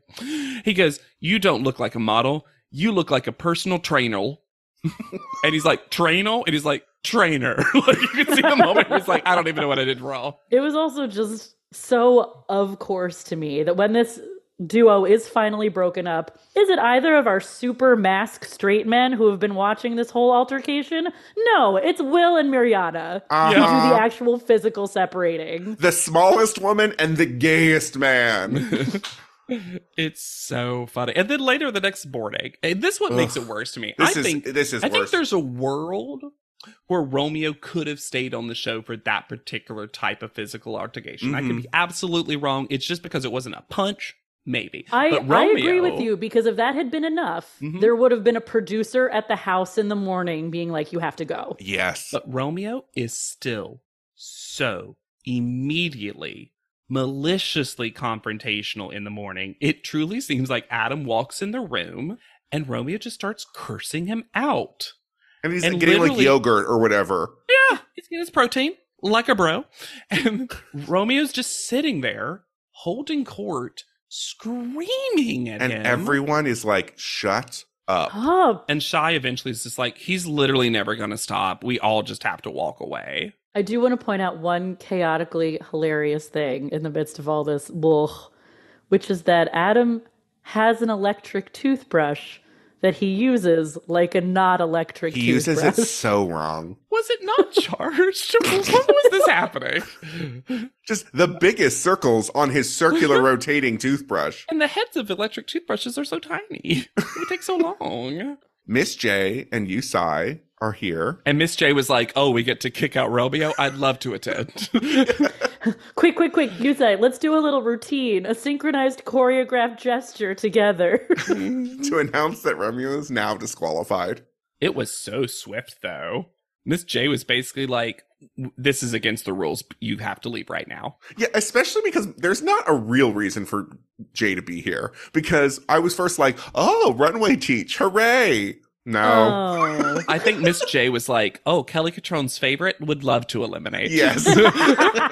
S2: he goes you don't look like a model you look like a personal trainer and he's like trainer and he's like trainer like you can see the moment where he's like i don't even know what i did wrong
S3: It was also just so of course to me that when this duo is finally broken up, is it either of our super mask straight men who have been watching this whole altercation? No, it's Will and Mariana who do
S1: Uh-huh.
S3: the actual physical separating.
S1: the smallest woman and the gayest man.
S2: it's so funny and then later the next board egg and this what makes
S1: Ugh.
S2: it worse to me
S1: This
S2: i
S1: is
S2: think
S1: this is
S2: I think
S1: worse.
S2: there's a world where Romeo could have stayed on the show for that particular type of physical altercation. I could
S1: Mhm.
S2: be absolutely wrong. It's just because it wasn't a punch, maybe.
S3: I,
S2: but
S3: I
S2: Romeo,
S3: agree with you because if that had been enough,
S2: Mhm.
S3: there would have been a producer at the house in the morning being like, you have to go.
S1: yes.
S2: But Romeo is still so immediately maliciously confrontational in the morning. It truly seems like Adam walks in the room and Romeo just starts cursing him out.
S1: And he's
S2: and
S1: getting like
S2: literally-
S1: yogurt or whatever.
S2: Yeah, he's getting his protein like a bro. And Romeo's just sitting there holding court, screaming at
S1: And
S2: him.
S1: everyone is like, shut up.
S3: Oh,
S2: and Shy eventually is just like, he's literally never going to stop. We all just have to walk away.
S3: I do want to point out one chaotically hilarious thing in the midst of all this, ugh, which is that Adam has an electric toothbrush that he uses like a not electric
S1: He
S3: toothbrush.
S1: uses it so wrong.
S2: Was it not charged? when was this happening?
S1: Just the biggest circles on his circular rotating toothbrush.
S2: And the heads of electric toothbrushes are so tiny. It takes so long.
S1: Miss J and Usai are here.
S2: And Miss J was like, oh, we get to kick out Romeo. I'd love to attend.
S3: Quick, quick, quick, Yusei, let's do a little routine, a synchronized choreographed gesture together.
S1: to announce that Romeo is now disqualified.
S2: It was so swift, though. Miss J was basically like, "This is against the rules. You have to leave right now."
S1: Yeah, especially because there's not a real reason for Jay to be here. Because I was first like, oh, runway teach, hooray. No.
S3: Oh.
S2: I think Miss J was like, "Oh, Kelly Catron's favorite would love to eliminate."
S1: yes.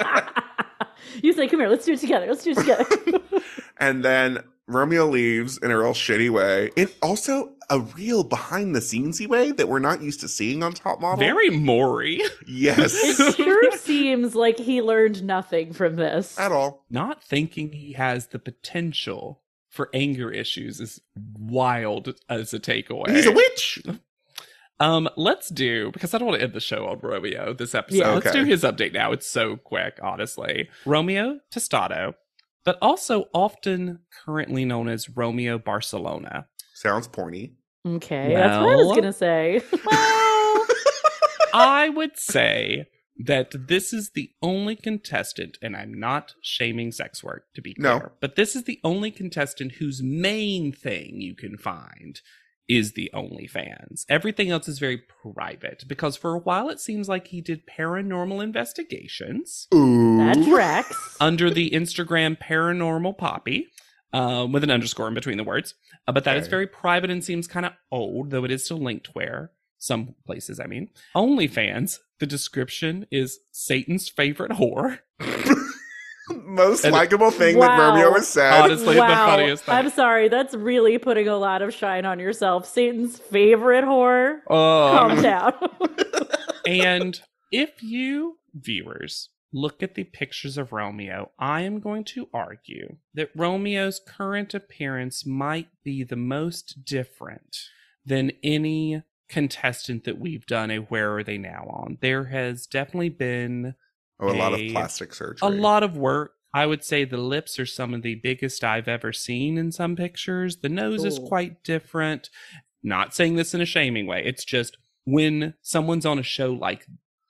S3: Yusei, come here, let's do it together. Let's do it together.
S1: and then Romeo leaves in a real shitty way. It also a real behind the scenesy way that we're not used to seeing on Top Model.
S2: Very Maury.
S1: yes,
S3: It sure seems like he learned nothing from this.
S1: at all.
S2: Not thinking he has the potential for anger issues is wild as a takeaway.
S1: He's a witch.
S2: Um, let's do because I don't want to end the show on Romeo this episode.
S3: Yeah.
S2: Let's
S1: Okay.
S2: do his update now. It's so quick, honestly. Romeo Tostado, but also often currently known as Romeo Barcelona.
S1: Sounds porny.
S3: Okay, that's what I
S2: Well.
S3: was gonna say.
S2: I would say that this is the only contestant, and I'm not shaming sex work to be clear,
S1: No.
S2: but this is the only contestant whose main thing you can find is the OnlyFans. Everything else is very private because for a while it seems like he did paranormal investigations
S1: Ooh,
S3: That tracks.
S2: under the Instagram paranormal poppy. Um, with an underscore in between the words, Uh, but that is
S1: Okay.
S2: very private and seems kind of old, though it is still linked where some places. I mean, OnlyFans. The description is Satan's favorite whore.
S1: most
S2: And-
S1: likable thing that
S3: Wow.
S1: Romeo has said.
S2: Honest- honestly the funniest thing.
S3: I'm sorry, that's really putting a lot of shine on yourself. Satan's favorite whore. Calm
S2: Um,
S3: down.
S2: and if you viewers look at the pictures of Romeo, I am going to argue that Romeo's current appearance might be the most different than any contestant that we've done a where are they now on there has definitely been
S1: oh, a lot of
S2: a-
S1: plastic surgery.
S2: a lot of work i would say the lips are some of the biggest i've ever seen in some pictures the nose is
S3: Ooh.
S2: quite different not saying this in a shaming way it's just when someone's on a show like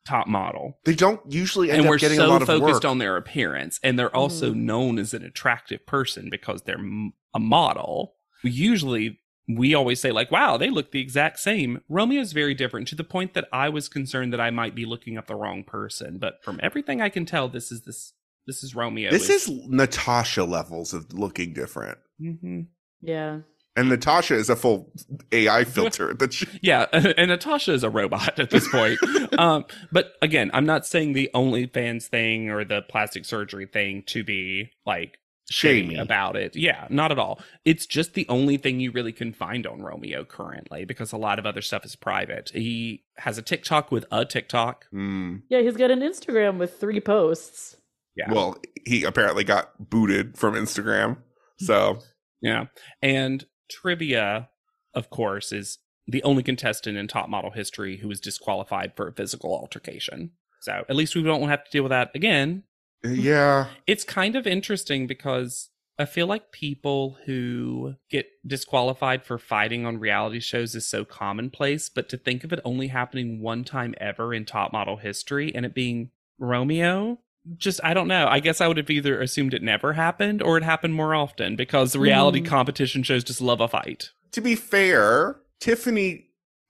S2: top model
S1: They don't usually end
S2: and
S1: up
S2: we're
S1: getting a
S2: so
S1: lot of
S2: focused
S1: work.
S2: on their appearance and they're also known as an attractive person because they're m- a model usually we always say like wow they look the exact same romeo's very different to the point that i was concerned that i might be looking up the wrong person but from everything i can tell this is this this is romeo
S1: this is Natasha levels of looking different.
S2: Mhm.
S3: yeah.
S1: And Natasha is a full AI filter that she
S2: yeah and natasha is a robot at this point um but again i'm not saying the only fans thing or the plastic surgery thing to be like
S1: shamey.
S2: shitty about it. Yeah, not at all. It's just the only thing you really can find on Romeo currently because a lot of other stuff is private. He has a TikTok with a TikTok.
S1: Mm.
S3: Yeah, he's got an Instagram with three posts.
S2: Yeah.
S1: Well, he apparently got booted from Instagram. So
S2: Yeah. And trivia, of course, is the only contestant in top model history who was disqualified for a physical altercation. So at least we don't have to deal with that again
S1: yeah,
S2: it's kind of interesting because I feel like people who get disqualified for fighting on reality shows is so commonplace, but to think of it only happening one time ever in top model history and it being Romeo, just I don't know. I guess I would have either assumed it never happened or it happened more often because reality
S3: Mm.
S2: competition shows just love a fight.
S1: to be fair, Tiffany,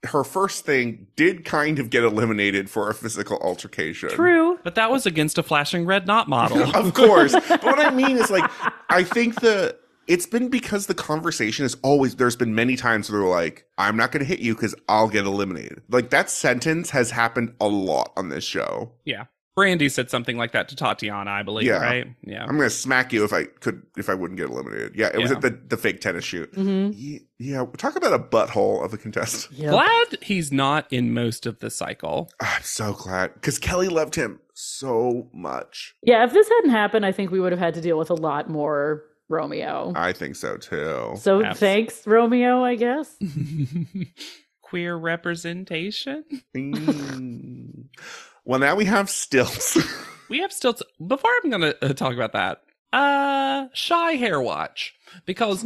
S1: her first thing did kind of get eliminated for a physical altercation.
S3: True.
S2: But that was against a flashing red knot model.
S1: of course. but what I mean is like I think the it's been because the conversation is always there's been many times where they're like, I'm not gonna hit you because I'll get eliminated. Like that sentence has happened a lot on this show.
S2: Brandy said something like that to Tatiana, I believe,
S1: Yeah.
S2: right? Yeah.
S1: I'm gonna smack you if I could if I wouldn't get eliminated. Yeah, it was
S2: Yeah.
S1: at the, the fake tennis shoot.
S3: Mm-hmm.
S1: Ye- Yeah, talk about a butthole of a contestant.
S2: Glad he's not in most of the cycle.
S1: I'm so glad because Kelly loved him so much.
S3: Yeah, if this hadn't happened, I think we would have had to deal with a lot more Romeo.
S2: Oh,
S1: I think so too.
S3: so
S2: abs-
S3: thanks, Romeo, I guess.
S2: queer representation.
S1: Mm. well, now we have stills.
S2: We have still t- before I'm going to uh, talk about that. Uh shy hair watch because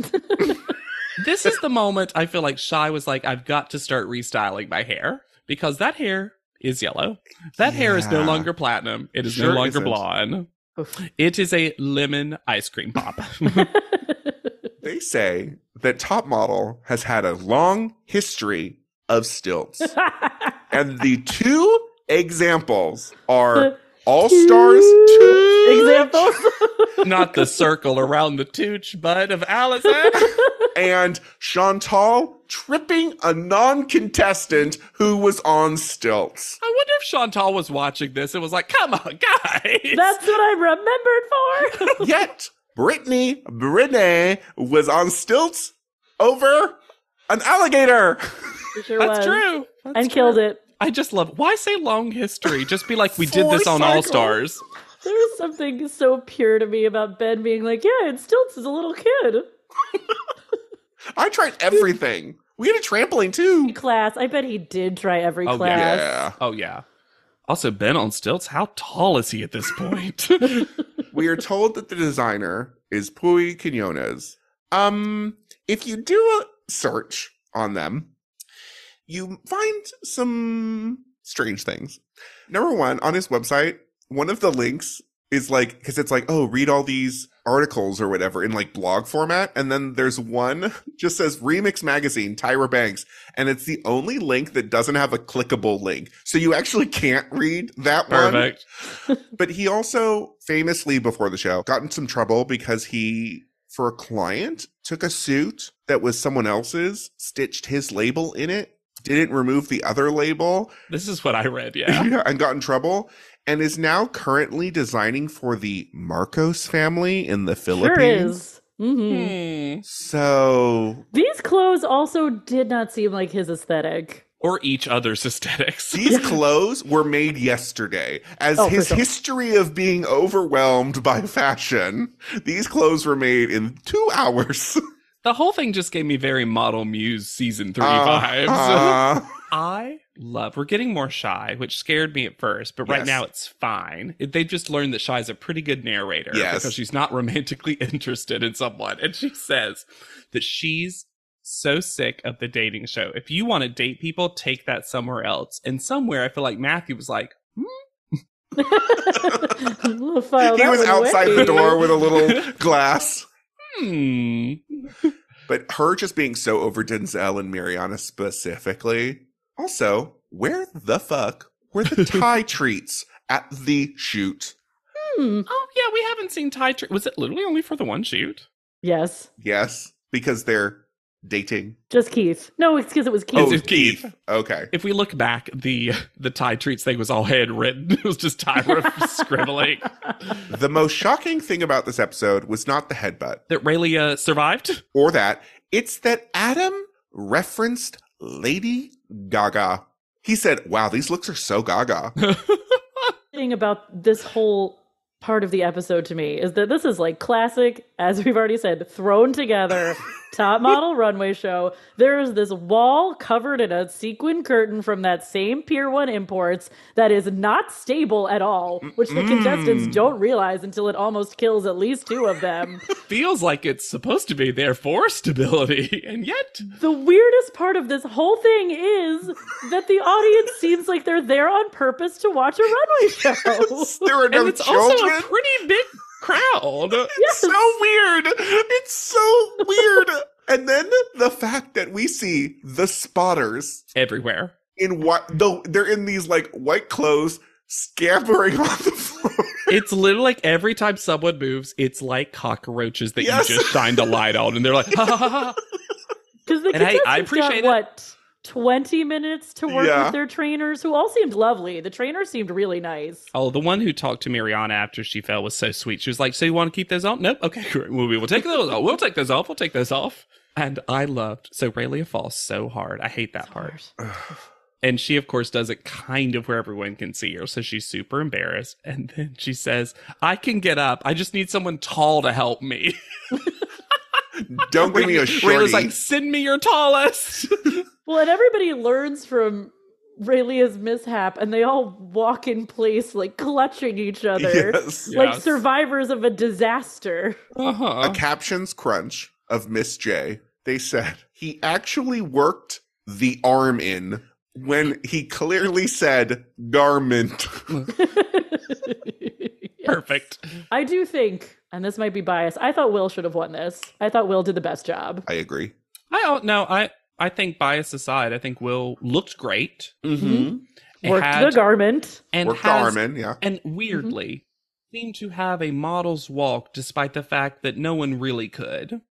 S2: this is the moment I feel like shy was like I've got to start restyling my hair because that hair is yellow. That hair is no
S1: Yeah.
S2: longer platinum. It is
S1: Sure
S2: no longer
S1: isn't.
S2: blonde.
S3: Oof.
S2: It is a lemon ice cream pop.
S1: they say that Top Model has had a long history of stilts, and the two examples are All Stars Two.
S3: Examples.
S2: Not the circle around the tooch bud of Allison.
S1: and Chantal tripping a non-contestant who was on stilts.
S2: I wonder if Chantal was watching this and was like, "Come on, guys."
S3: That's what I remembered for.
S1: Yet Brittany Brene was on stilts over an alligator.
S3: It sure
S2: That's
S3: was.
S2: true. That's
S3: And killed
S2: true.
S3: it.
S2: I just love. Why say long history? Just be like, we did
S1: Four
S2: this on All
S1: cycles.
S2: Stars.
S3: There was something so pure to me about Ben being like, "Yeah, it stilts is a little kid."
S1: I tried everything. We had a trampoline too.
S3: Class. I bet he did try every
S2: Oh,
S3: class.
S1: Yeah.
S2: Oh yeah. Also, Ben on stilts. How tall is he at this point?
S1: We are told that the designer is Puy Quinones. Um, if you do a search on them, you find some strange things. Number one, on his website, one of the links is like, because it's like, oh, read all these articles or whatever in like blog format. And then there's one just says Remix Magazine, Tyra Banks. And it's the only link that doesn't have a clickable link. So you actually can't read that one.
S2: Perfect.
S1: But he also famously before the show got in some trouble because he, for a client, took a suit that was someone else's, stitched his label in it, didn't remove the other label,
S2: This is what I read. Yeah.
S1: yeah, and got in trouble, and is now currently designing for the Marcos family in the
S3: Sure
S1: Philippines.
S3: is. hmm
S1: So
S3: These clothes also did not seem like his aesthetic.
S2: Or each other's aesthetics.
S1: these clothes were made yesterday. As
S3: Oh, for
S1: his
S3: sure.
S1: history of being overwhelmed by fashion, these clothes were made in two hours.
S2: The whole thing just gave me very Model Muse season three
S1: Uh,
S2: vibes.
S1: Uh-huh.
S2: I love. We're getting more shy, which scared me at first, but right
S1: Yes.
S2: now it's fine. It- They've just learned that Shy's a pretty good narrator
S1: Yes.
S2: because she's not romantically interested in someone, and she says that she's so sick of the dating show. If you want to date people, take that somewhere else. And somewhere, I feel like Matthew was like,
S3: We'll file
S1: he
S3: that
S1: was
S3: one
S1: outside
S3: away.
S1: the door with a little glass.
S2: "Hmm."
S1: But her just being so over Denzel and Mariana specifically. Also, where the fuck were the Thai treats at the shoot?
S3: Hmm.
S2: Oh yeah, we haven't seen Ty. Tr- was it literally only for the one shoot?
S3: Yes,
S1: Yes, because they're dating. Oh,
S3: just Keith. No, excuse it was Keith.
S2: It's Keith.
S1: Okay.
S2: If we look back, the the Ty treats thing was all handwritten. It was just Tyra scribbling.
S1: The most shocking thing about this episode was not the headbutt
S2: that Raylia survived.
S1: or that, it's that Adam referenced Lady Gaga. He said, Wow, these looks are so gaga.
S3: thing about this whole part of the episode to me is that this is like classic, as we've already said, thrown together top model runway show. There is this wall covered in a sequin curtain from that same Pier One Imports that is not stable at all, which the contestants don't realize until it almost kills at least two of them.
S2: Feels like it's supposed to be there for stability, and yet
S3: the weirdest part of this whole thing is that the audience seems like they're there on purpose to watch a runway show.
S1: there are no
S2: and it's also
S1: children.
S2: a pretty big crowd.
S1: It's so weird. It's so weird. and then the fact that we see the spotters
S2: Everywhere.
S1: in what though they're in these like white clothes scampering on the floor.
S2: It's literally like every time someone moves, it's like cockroaches that
S1: Yes.
S2: you just shined a light on, and they're like, ha ha ha. ha.
S3: Because the
S2: And hey,
S3: contestants
S2: I appreciate
S3: got
S2: it.
S3: what twenty minutes to work
S1: Yeah.
S3: with their trainers, who all seemed lovely. The trainer seemed really nice.
S2: Oh, the one who talked to Mariana after she fell was so sweet. She was like, "So you want to keep those on? Nope. Okay, great. Well, we will take those off. We'll take those off. We'll take those off." And I loved so Raylia falls so hard. I hate that part. And she, of course, does it kind of where everyone can see her. So she's super embarrassed. And then she says, I can get up. I just need someone tall to help me.
S1: Don't give me a shorty.
S2: Rayla's like, send me your tallest.
S3: Well, and everybody learns from Raylia's mishap, and they all walk in place like clutching each other,
S1: yes.
S3: like
S2: Yes.
S3: survivors of a disaster.
S1: A
S2: Uh-huh.
S1: captions crunch of Miss J. They said he actually worked the arm in when he clearly said garment.
S2: Perfect.
S3: I do think, and this might be biased. I thought Will should have won this. I thought Will did the best job.
S1: I agree.
S2: I don't know. I, I think bias aside, I think Will looked great.
S1: Mm-hmm.
S2: It
S3: Worked
S2: had-
S3: the garment.
S2: and
S1: Worked the
S2: has
S1: arm in, yeah.
S2: and
S3: Mm-hmm.
S2: weirdly seemed to have a model's walk despite the fact that no one really could.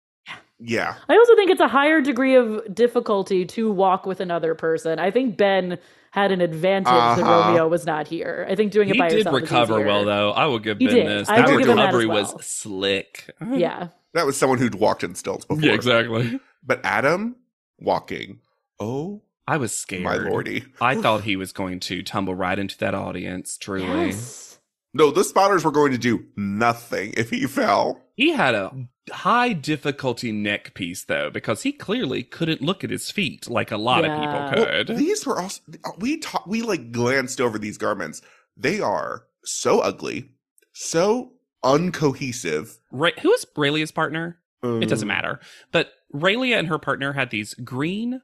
S1: Yeah.
S3: I also think it's a higher degree of difficulty to walk with another person. I think Ben had an advantage that
S1: Uh-huh.
S3: Romeo was not here. I think doing it
S2: He
S3: by
S2: did
S3: yourself is
S2: recover
S3: easier.
S2: well though. I will give
S3: He
S2: Ben
S3: did.
S2: this.
S3: I
S2: That
S1: will give him
S3: that as
S2: recovery
S3: well.
S2: was slick.
S3: Yeah.
S1: That was someone who'd walked in stilts before.
S2: exactly.
S1: But Adam walking. Oh,
S2: I was scared.
S1: my lordy.
S2: I thought he was going to tumble right into that audience, truly.
S3: Yes.
S1: No, the spotters were going to do nothing if he fell.
S2: He had a high difficulty neck piece, though, because he clearly couldn't look at his feet like a lot
S3: Yeah.
S2: of people
S1: Well,
S2: could.
S1: these were also we ta- we like glanced over these garments. They are so ugly, so uncohesive.
S2: Ra- who is Raylia's partner? It doesn't
S1: Um,
S2: matter. But Raylia and her partner had these green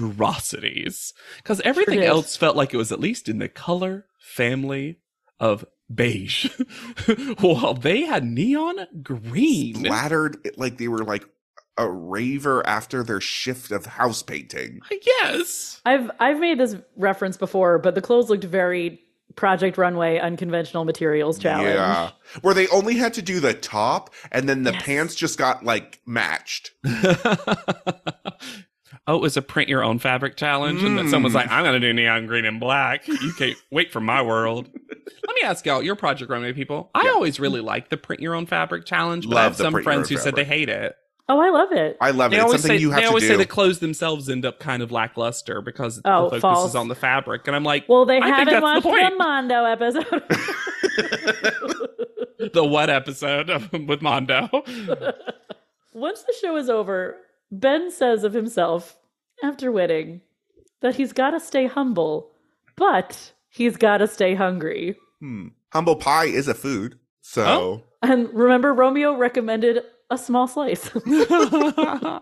S2: monstrosities because everything
S3: did.
S2: else felt like it was at least in the color family of beige, while they had neon green.
S1: splattered Um, it like they were like a raver after their shift of house painting.
S2: Yes.
S3: I've I've made this reference before, but the clothes looked very Project Runway unconventional materials challenge.
S1: Yeah, where they only had to do the top, and then the
S3: Yes.
S1: pants just got like matched.
S2: oh, it was a print your own fabric challenge, and then someone's
S1: Mm.
S2: like, "I'm gonna do neon green and black." You can't wait for my world. Let me ask y'all, your Project Runway people. I
S1: Yeah.
S2: always really like the print your own fabric challenge, but I
S1: Love
S2: have
S1: the
S2: some
S1: print your
S2: friends who
S1: own
S2: said they hate it.
S3: Oh, I love it.
S1: I love
S2: They
S1: it. It's
S2: always
S1: something
S2: say
S1: you have
S2: they always
S1: to
S2: say
S1: do.
S2: the clothes themselves end up kind of lackluster because
S3: Oh,
S2: the focus
S3: false.
S2: is on the fabric, and I'm like,
S3: well, they
S2: I think
S3: haven't
S2: that's
S3: watched
S2: the
S3: the,
S2: point.
S3: Mondo episode.
S2: the what episode of, with Mondo?
S3: Once the show is over, Ben says of himself, after winning, that he's got to stay humble, but he's got to stay hungry.
S1: Hmm. Humble pie is a food, so
S2: Oh.
S3: And remember, Romeo recommended a small slice.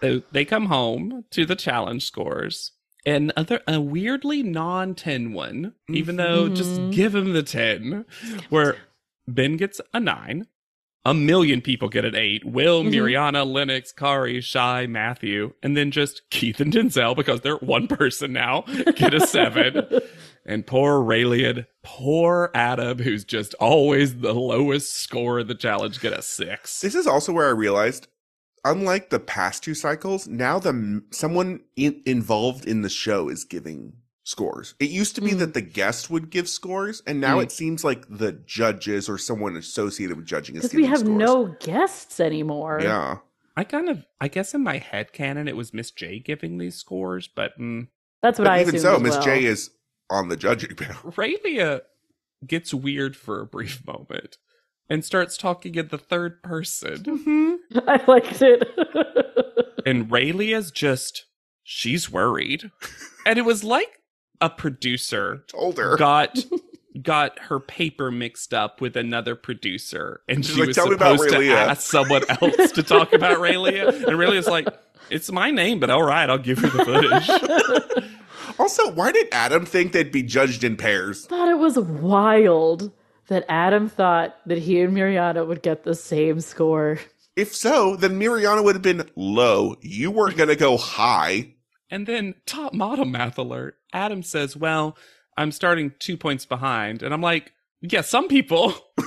S2: so they come home to the challenge scores. And other a weirdly non 10 one, even though just
S3: Mhm.
S2: give him the 10, where Ben gets a 9, a million people get an 8, Will,
S3: Mhm.
S2: Miriana, Lennox, Kari, Shy, Matthew, and then just Keith and Denzel, because they're one person now, get a 7. And poor Raylian, poor Adam, who's just always the lowest score of the challenge, get a 6.
S1: This is also where I realized, unlike the past two cycles, now the m- someone in, involved in the show is giving scores. It used to be
S3: Mm.
S1: that the guest would give scores, and now
S2: Mm.
S1: it seems like the judges or someone associated with judging is
S3: Because
S1: giving
S3: we have
S1: scores.
S3: no guests anymore.
S1: Yeah,
S2: I kind of, I guess in my head canon, it was Miss J giving these scores, but mm,
S3: That's what
S1: but
S3: I
S1: even
S3: assumed
S1: so,
S3: as
S1: Miss
S3: well.
S1: J is on the judging panel.
S2: Raylia uh, gets weird for a brief moment and starts talking in the third person.
S3: I liked it.
S2: and Raylia's just, she's worried. And it was like a producer
S1: Told her.
S2: got. Got her paper mixed up with another producer, and
S1: She's
S2: she
S1: like,
S2: was
S1: "Tell me about
S2: supposed to
S1: Raylia."
S2: ask someone else to talk about Raylia. And Raylia's like, "It's my name, but all right, I'll give her the footage."
S1: Also, why did Adam think they'd be judged in pairs?
S3: thought it was wild that Adam thought that he and Miriana would get the same score.
S1: If so, then Miriana would have been low. You weren't going to go high.
S2: And then top model math alert. Adam says, "Well, I'm starting two points behind," and I'm like, "Yeah, some people,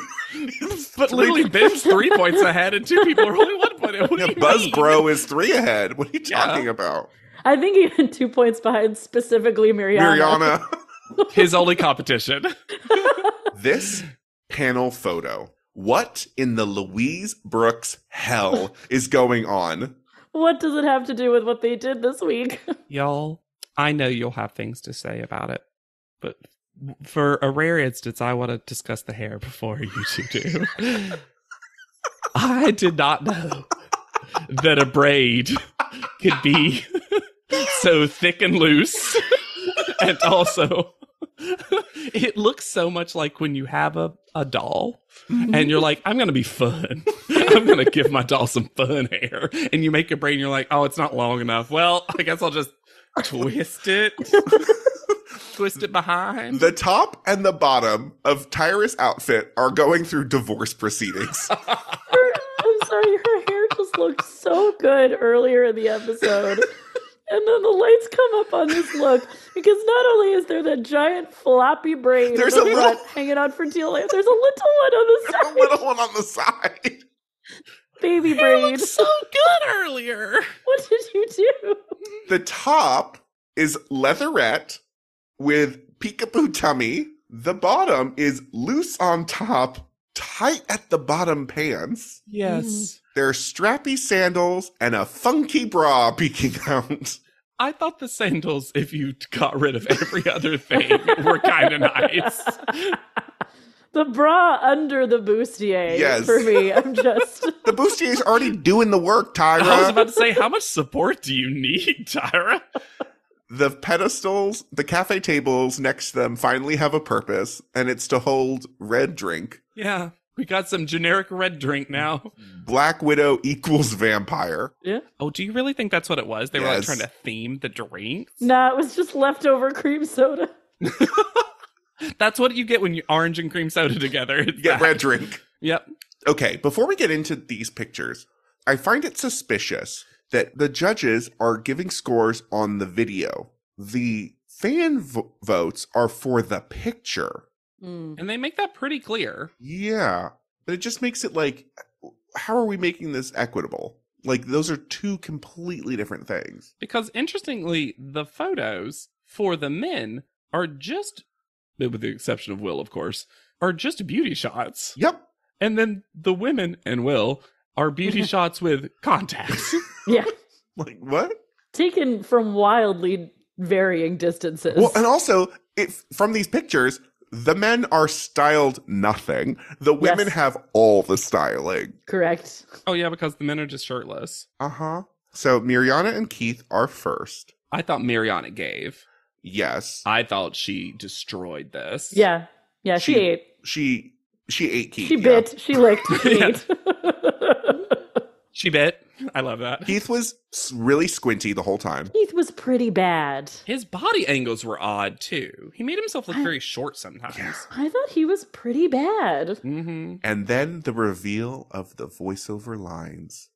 S2: but literally Ben's three points ahead, and two people are only one point. ahead. What do
S1: Yeah,
S2: you
S1: Buzz
S2: mean?
S1: Bro is three ahead. What are you
S2: Yeah.
S1: talking about?
S3: I think even two points behind specifically Miriana.
S1: Miriana.
S2: his only competition."
S1: this panel photo. What in the Louise Brooks hell is going on?
S3: What does it have to do with what they did this week?
S2: Y'all, I know you'll have things to say about it, but for a rare instance, I want to discuss the hair before you two do. I did not know that a braid could be so thick and loose. and also, it looks so much like when you have a, a doll and you're like, I'm going to be fun. I'm going to give my doll some fun hair. And you make a braid and you're like, oh, it's not long enough. Well, I guess I'll just twist it, twist it behind.
S1: The top and the bottom of Tyra's outfit are going through divorce proceedings.
S3: Her- I'm sorry, her hair just looked so good earlier in the episode. And then the lights come up on this look because not only is there that giant floppy braid in
S1: There's
S3: the
S1: a little-
S3: front hanging on for dear life, there's a little one on the
S1: a
S3: side,
S1: little one on the side.
S3: baby
S2: Hair
S3: braid.
S2: looked so good earlier.
S3: What did you do?
S1: The top is leatherette with peekaboo tummy. The bottom is loose on top, tight at the bottom pants.
S2: Yes.
S1: There are strappy sandals and a funky bra peeking out.
S2: I thought the sandals, if you got rid of every other thing, were kind of nice.
S3: The bra under the bustier
S1: Yes.
S3: for me. I'm just
S1: The boustier's already doing the work,
S2: I was
S1: Tyra.
S2: about to say, how much support do you need, Tyra?
S1: the pedestals, the cafe tables next to them finally have a purpose, and it's to hold red drink.
S2: Yeah, we got some generic red drink now.
S1: Black Widow equals vampire.
S3: yeah.
S2: Oh, do you really think that's what it was? They were like
S1: Yes.
S2: trying to theme the drink.
S3: Nah, it was just leftover cream soda.
S2: That's what you get when you orange and cream soda together. It's
S1: You get
S2: that.
S1: red drink.
S2: Yep.
S1: Okay, before we get into these pictures, I find it suspicious that the judges are giving scores on the video. The fan vo- votes are for the picture.
S3: Mm.
S2: And they make that pretty clear.
S1: Yeah, but it just makes it like, how are we making this equitable? Like, those are two completely different things.
S2: Because interestingly, the photos for the men are just, with the exception of Will, of course, are just beauty shots.
S1: Yep.
S2: And then the women and Will are beauty shots with contacts.
S3: Yeah,
S1: Like, what?
S3: taken from wildly varying distances.
S1: Well, and also, if from these pictures, the men are styled nothing. The women
S3: Yes.
S1: have all the styling.
S3: Correct.
S2: oh, yeah, because the men are just shirtless.
S1: Uh huh. So Miriana and Keith are first.
S2: I thought Mariana gave.
S1: Yes,
S2: I thought she destroyed this.
S3: Yeah, yeah. She,
S1: She-
S3: ate.
S1: she she ate Keith.
S3: She
S1: yeah.
S3: bit. She licked. She
S2: Yeah.
S3: ate.
S2: She bit. I love that.
S1: Keith was s- really squinty the whole time.
S3: Keith was pretty bad.
S2: His body angles were odd too. He made himself look
S3: I-
S2: very short sometimes.
S3: I thought he was pretty bad.
S2: hmm
S1: And then the reveal of the voiceover lines.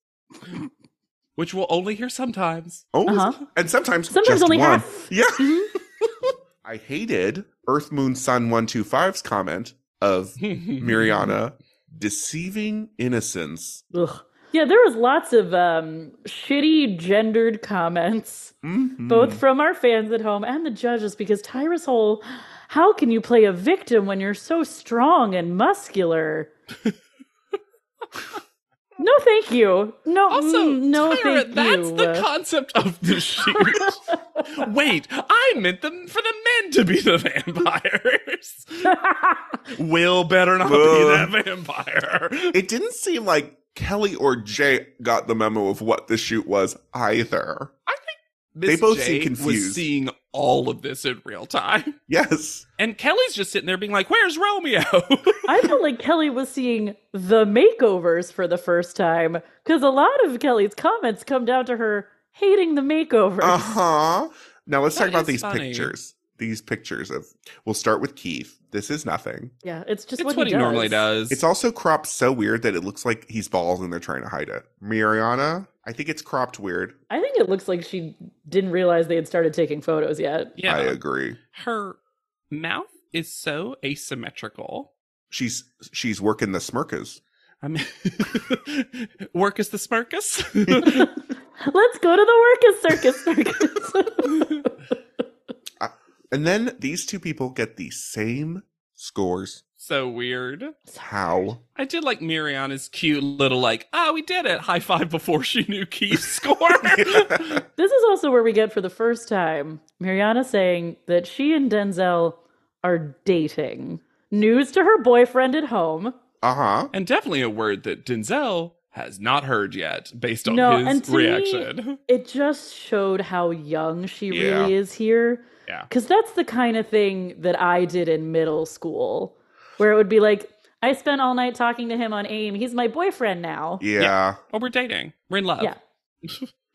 S2: Which we'll only hear sometimes.
S1: Oh,
S3: Uh-huh.
S1: and sometimes
S3: Sometimes
S1: just
S3: only
S1: one.
S3: half.
S1: Yeah.
S3: Mhm.
S1: I hated Earth Moon Sun 125's comment of
S3: Mm-hmm.
S1: Miriana deceiving innocence.
S3: Ugh. Yeah, there was lots of um, shitty gendered comments,
S2: Mm-hmm.
S1: Mhm.
S3: both from our fans at home and the judges, because Tyrus Hole, how can you play a victim when you're so strong and muscular? no, thank you. No,
S2: Also,
S3: mm, no,
S2: Tyra,
S3: thank
S2: that's
S3: you.
S2: the concept of the shoot. Wait, I meant them for the men to be the vampires. Will better not
S1: Ugh.
S2: be that vampire.
S1: It didn't seem like Kelly or Jay got the memo of what the shoot was either.
S2: Miss
S1: both
S2: J
S1: seem confused.
S2: Was seeing all of this in real time,
S1: Yes.
S2: and Kelly's just sitting there being like, "Where's Romeo?"
S3: I felt like Kelly was seeing the makeovers for the first time because a lot of Kelly's comments come down to her hating the makeovers.
S1: Uh huh. Now let's
S2: That
S1: talk about
S2: is
S1: these
S2: funny.
S1: pictures. These pictures of. We'll start with Keith. This is nothing.
S3: Yeah, it's just
S2: it's
S3: what,
S2: what he, normally does.
S1: It's also cropped so weird that it looks like he's bald and they're trying to hide it. Mariana, I think it's cropped weird.
S3: I think it looks like she didn't realize they had started taking photos yet.
S2: yeah.
S1: I agree.
S2: her mouth is so asymmetrical.
S1: She's she's working the smirkas.
S2: I mean, work is the smirkus.
S3: Let's go to the Workus Circus Circus.
S1: And then these two people get the same scores.
S2: so weird.
S1: How?
S2: I did like Miriana's cute little like, ah, we did it. High five before she knew Keith's score.
S3: this is also where we get for the first time Mariana saying that she and Denzel are dating. News to her boyfriend at home.
S1: Uh huh.
S2: and definitely a word that Denzel has not heard yet based on
S3: No, and
S2: his
S3: to me-
S2: reaction.
S3: It just showed how young she
S1: Yeah.
S3: really is here.
S2: Yeah.
S3: Because that's the kind of thing that I did in middle school, where it would be like, I spent all night talking to him on AIM. He's my boyfriend now.
S1: Yeah.
S2: Oh, we're dating. We're in love.
S3: Yeah.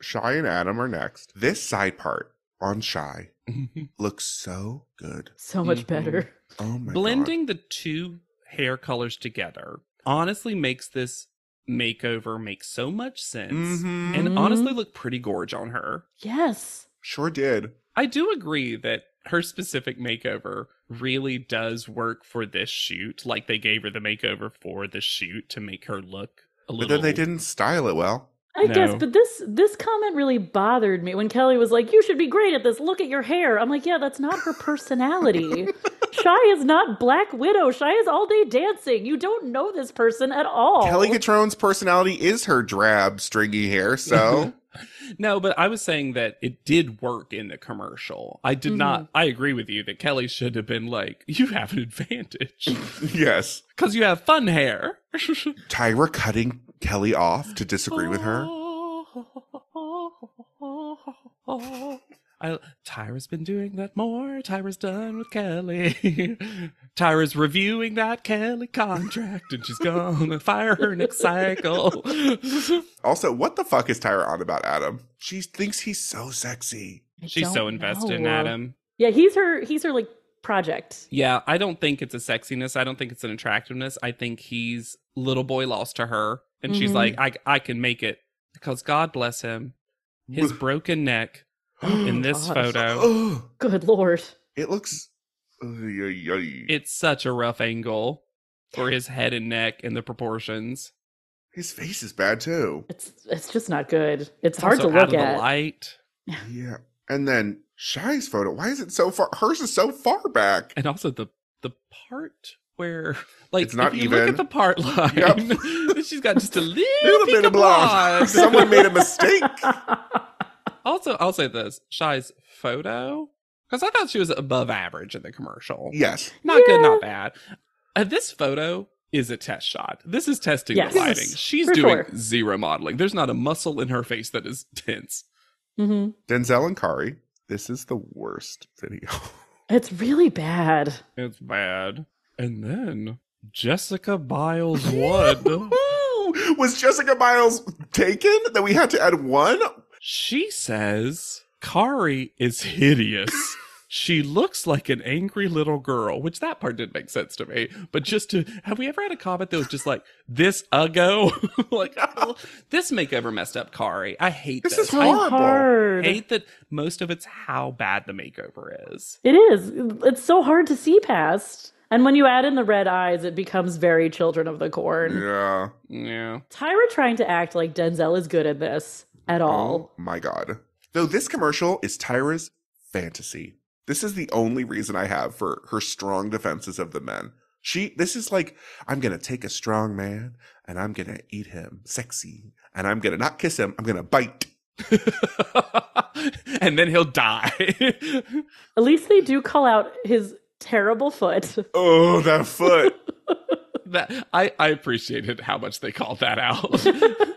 S1: Shy and Adam are next. This side part on Shy looks so good.
S3: So much
S2: Mhm.
S3: better.
S1: Oh my
S2: Blending the two hair colors together honestly makes this makeover make so much sense.
S1: God. hmm
S2: and
S3: Mhm.
S2: honestly look pretty gorge on her.
S3: Yes.
S1: sure did.
S2: I do agree that her specific makeover really does work for this shoot. Like they gave her the makeover for the shoot to make her look a
S1: But
S2: little.
S1: then they didn't style it well.
S3: I guess,
S2: No.
S3: but this this comment really bothered me when Kelly was like, "You should be great at this. Look at your hair." I'm like, "Yeah, that's not her personality. Shy is not Black Widow. Shy is all day dancing. You don't know this person at all.
S1: Kelly Catron's personality is her drab, stringy hair. So
S2: No, but I was saying that it did work in the commercial. I did not. I agree with you that Kelly should have been like, you have an advantage
S1: yes,
S2: because you have fun hair.
S1: Tyra cutting Kelly off to disagree with her.
S2: I, Tyra's been doing that more. Tyra's done with Kelly. Tyra's reviewing that Kelly contract and she's gonna fire her next cycle.
S1: Also, what the fuck is Tyra on about Adam? She thinks he's so sexy.
S3: I
S2: she's so
S3: don't
S2: invested in
S3: know.
S2: Adam.
S3: Yeah, he's her. He's her like project.
S2: Yeah, I don't think it's a sexiness. I don't think it's an attractiveness. I think he's little boy lost to her, and she's
S3: Mhm.
S2: like, I I can make it because God bless him, his broken neck in this
S3: God.
S2: photo.
S1: Ugh.
S3: Good lord.
S1: it looks. Oy, oy, oy.
S2: It's such a rough angle for his head and neck and the proportions.
S1: His face is bad too.
S3: It's it's just not good. It's hard
S2: Also
S3: to
S2: out
S3: look
S2: of
S3: at.
S2: the light,
S1: Yeah. And then Shy's photo. Why is it so far? Hers is so far back.
S2: and also the the part where like
S1: It's not
S2: if you look
S1: even.
S2: at the part line, she's got just a little,
S1: Little bit of blonde.
S2: blonde.
S1: Someone made a mistake.
S2: Also, I'll say this: Shy's photo, because I thought she was above average in the commercial.
S1: Yes.
S2: Not good,
S3: Yeah.
S2: not bad. Uh, this photo is a test shot. This is testing
S3: Yes.
S2: the lighting. She's
S3: for
S2: doing
S3: sure.
S2: zero modeling. There's not a muscle in her face that is tense.
S3: hmm
S1: Denzel and Kari. This is the worst video.
S3: It's really bad.
S2: It's bad. And then Jessica Biles Wood.
S1: Was Jessica Miles taken that we had to add one?
S2: She says Kari is hideous. she looks like an angry little girl, which that part didn't make sense to me. But just to have we ever had a comment that was just like this uggo? like oh, this makeover messed up Kari. I hate this.
S1: This is
S2: I
S1: horrible.
S3: Hard.
S2: hate that most of it's how bad the makeover is.
S3: It is. It's so hard to see past. And when you add in the red eyes, it becomes very Children of the Corn.
S1: Yeah.
S2: Yeah.
S3: Tyra trying to act like Denzel is good at this at all.
S1: Oh my god. Though this commercial is Tyra's fantasy. This is the only reason I have for her strong defenses of the men. She this is like I'm going to take a strong man and I'm going to eat him sexy and I'm going to not kiss him, I'm going to bite.
S2: and then he'll die.
S3: At least they do call out his terrible foot.
S1: Oh, that foot.
S2: that I, I appreciated how much they called that out.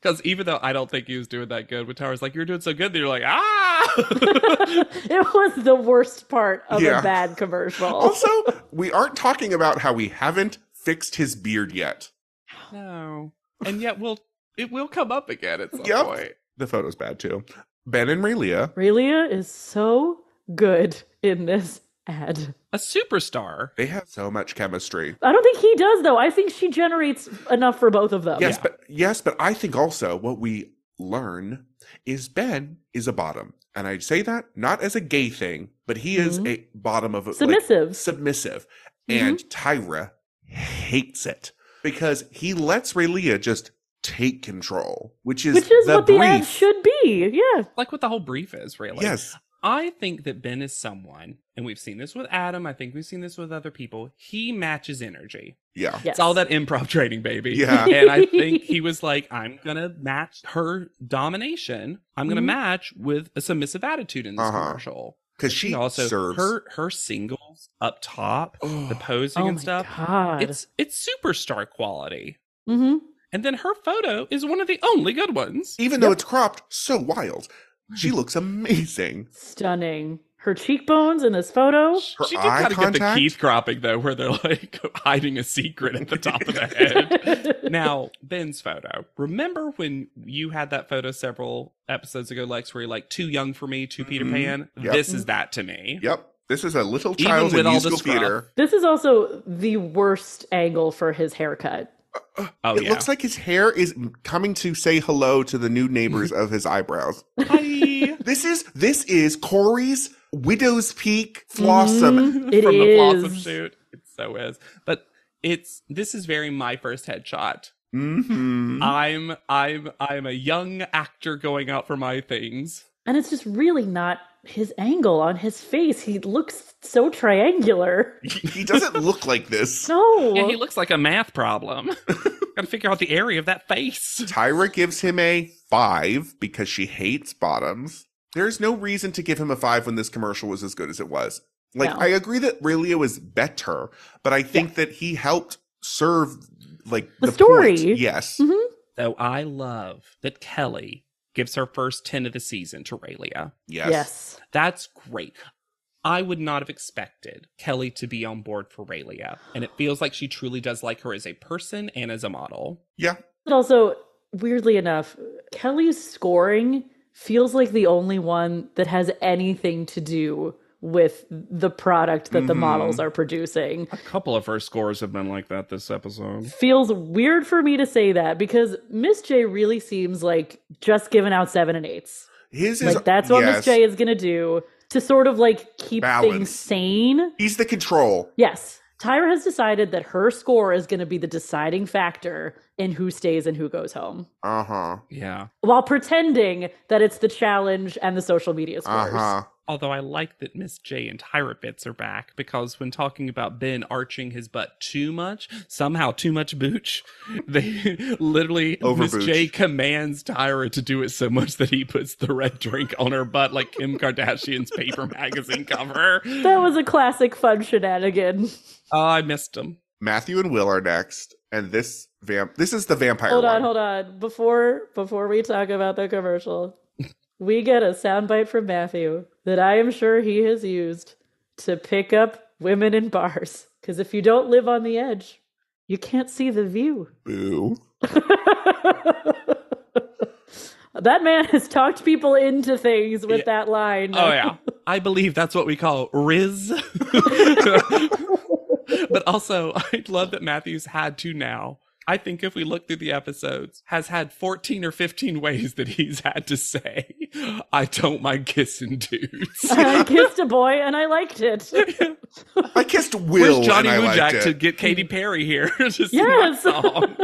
S2: Because even though I don't think he was doing that good, when Tower's like, you're doing so good, that you're like, ah!
S3: It was the worst part of
S1: Yeah.
S3: a bad commercial.
S1: also, we aren't talking about how we haven't fixed his beard yet.
S2: no. And yet we'll, it will come up again at some
S1: Yep.
S2: point.
S1: The photo's bad too. Ben and Ray Leah.
S3: Relia is so good in this ad.
S2: A superstar.
S1: They have so much chemistry.
S3: I don't think he does though. I think she generates enough for both of them.
S1: Yes,
S2: yeah.
S1: but yes, but I think also what we learn is Ben is a bottom, and I say that not as a gay thing, but he is
S3: Mhm.
S1: a bottom of a like,
S3: Submissive. Mm-hmm.
S1: submissive, and Tyra hates it because he lets Raylia just take control, which is
S3: Which is
S1: the
S3: what the ad
S1: brief.
S3: should be. Yeah.
S2: Like what the whole brief is, really.
S1: yes,
S2: I think that Ben is someone, and we've seen this with Adam, I think we've seen this with other people, he matches energy.
S1: yeah,
S3: Yes.
S2: It's all that improv training, baby.
S1: Yeah.
S2: and I think he was like, I'm gonna match her domination. I'm gonna
S3: Mhm.
S2: match with a submissive attitude in this
S1: Uh-huh.
S2: commercial.
S1: because she
S2: And also
S1: serves.
S2: her her singles up top, the
S1: Ugh.
S2: posing
S3: Oh my
S2: and stuff.
S3: god.
S2: It's it's superstar quality.
S3: hmm
S2: And then her photo is one of the only good ones.
S1: even though it's cropped so wild, she looks amazing.
S3: stunning. Her cheekbones in this photo.
S1: Her
S2: she did
S1: eye
S2: kind of get the
S1: contact?
S2: Keith cropping though, where they're like hiding a secret at the top of the head. now ben's photo remember when you had that photo several episodes ago lex where you're like too young for me too peter
S1: Mhm.
S2: pan
S1: Yep.
S2: this is that to me
S1: Yep, this is a little
S2: Even
S1: child in
S2: with all the
S1: musical
S2: scruff.
S1: theater.
S3: This is also the worst angle for his haircut.
S2: oh
S1: it
S2: yeah
S1: looks like his hair is coming to say hello to the new neighbors of his eyebrows.
S2: Hi.
S1: This is this is Corey's widow's peak flossom.
S3: Mhm, It
S2: from the blossom
S3: is.
S2: shoot it so is but it's this is very my first headshot Mm-hmm.
S1: hmm
S3: Uh,
S2: i'm i'm i'm a young actor going out for my things
S3: And it's just really not his angle on his face. He looks so triangular.
S1: He doesn't look like this.
S3: No.
S2: Yeah, he looks like a math problem. Gotta figure out the area of that face.
S1: Tyra gives him a five because she hates bottoms. There's no reason to give him a five when this commercial was as good as it was. Like,
S3: No.
S1: I agree that Relia was better, but I think that he helped serve like
S3: The
S1: point.
S3: story.
S1: Yes.
S3: Mhm.
S2: Though I love that Kelly gives her first 10 of the season to Raylia.
S1: Yes.
S3: yes.
S2: That's great. I would not have expected Kelly to be on board for Raylia, and it feels like she truly does like her as a person and as a model.
S1: Yeah.
S3: But also, weirdly enough, Kelly's scoring feels like the only one that has anything to do with the product that the
S1: Mhm.
S3: models are producing.
S2: A couple of her scores have been like that this episode.
S3: feels weird for me to say that because Miss J really seems like just giving out seven and eights.
S1: His is
S3: Like that's what
S1: yes.
S3: Miss J is gonna do to sort of like keep
S1: Balance.
S3: things sane.
S1: He's the control.
S3: Yes. Tyra has decided that her score is gonna be the deciding factor in who stays and who goes home.
S1: Uh huh.
S2: Yeah.
S3: While pretending that it's the challenge and the social media
S1: Uh
S3: scores.
S1: huh.
S2: Although I like that Miss J and Tyra Bits are back because when talking about Ben arching his butt too much, somehow too much booch, they literally
S1: Over
S2: Miss
S1: booch.
S2: J commands Tyra to do it so much that he puts the red drink on her butt like Kim Kardashian's paper magazine cover.
S3: That was a classic fun shenanigan.
S2: Oh, I missed him.
S1: Matthew and Will are next, and this vamp. This is the vampire.
S3: hold on
S1: one.
S3: hold on before before we talk about the commercial we get a soundbite from matthew that i am sure he has used to pick up women in bars because if you don't live on the edge you can't see the view
S1: Boo.
S3: that man has talked people into things with
S2: Yeah.
S3: that line
S2: Oh yeah, I believe that's what we call Riz. but also, I love that Matthews had to now. I think if we look through the episodes, has had fourteen or fifteen ways that he's had to say, "I don't mind kissing dudes."
S3: i kissed a boy and i liked it
S1: I kissed Will.
S2: Where's Johnny
S1: and I liked
S2: Wujak to
S1: it.
S2: get Katy Perry here to sing
S3: yes
S2: that song?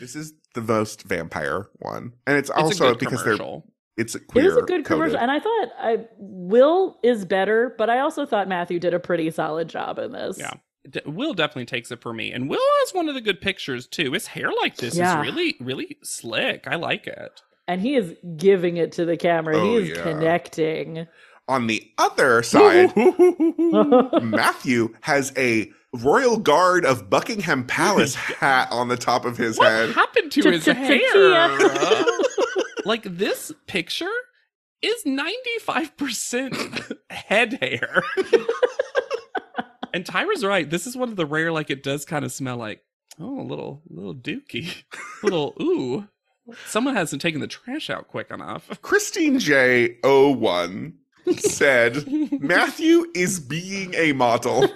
S1: This is the most vampire one, and it's
S2: It's a
S1: also
S2: good
S1: because they're
S2: commercial.
S1: it's
S3: It
S1: queer.
S3: was a good
S1: coded.
S3: commercial, and I thought I Will is better, but I also thought Matthew did a pretty solid job in this.
S2: Yeah. D- Will definitely takes it for me, and Will has one of the good pictures too. His hair like this
S3: Yeah.
S2: is really, really slick. I like it.
S3: and he is giving it to the camera.
S1: Oh,
S3: he is
S1: yeah.
S3: connecting.
S1: On the other side, Mm. Matthew has a royal guard of Buckingham Palace hat on the top of his
S2: What
S1: head.
S2: happened to
S3: Ch-
S2: his
S3: ch- ch-
S2: hair? like this picture is 95% head hair. and Tyra's right. This is one of the rare like it does kind of smell like oh, a little little dookie. little ooh. Someone hasn't taken the trash out quick enough.
S1: Christine J. 01 said Matthew is being a model.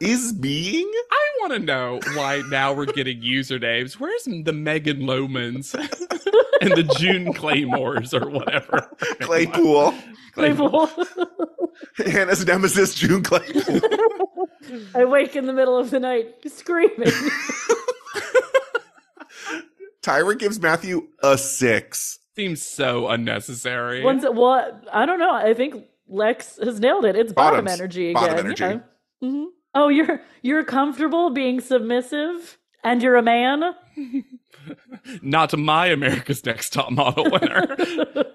S1: is being?
S2: I want to know why now we're getting usernames. Where's the Megan Lomans and the June Claymores or whatever?
S1: Claypool.
S3: Playful.
S1: Hannah's nemesis, June Claypool.
S3: I wake in the middle of the night screaming.
S1: Tyra gives Matthew a six.
S2: Seems so unnecessary.
S3: Once, it- well, I don't know. I think Lex has nailed it. It's bottom
S1: Bottoms.
S3: energy again.
S1: Bottom energy.
S3: hmm Oh, you're you're comfortable being submissive, and you're a man.
S2: Not my America's Next Top Model winner.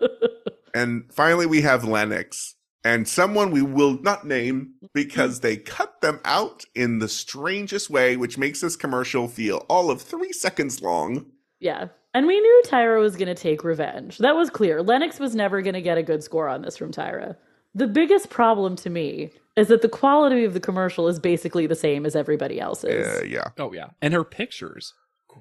S1: And finally, we have Lennox and someone we will not name because they cut them out in the strangest way, which makes this commercial feel all of three seconds long.
S3: Yeah. And we knew Tyra was going to take revenge. That was clear. Lennox was never going to get a good score on this from Tyra. The biggest problem to me is that the quality of the commercial is basically the same as everybody else's.
S1: Uh, yeah.
S2: oh yeah, and her pictures,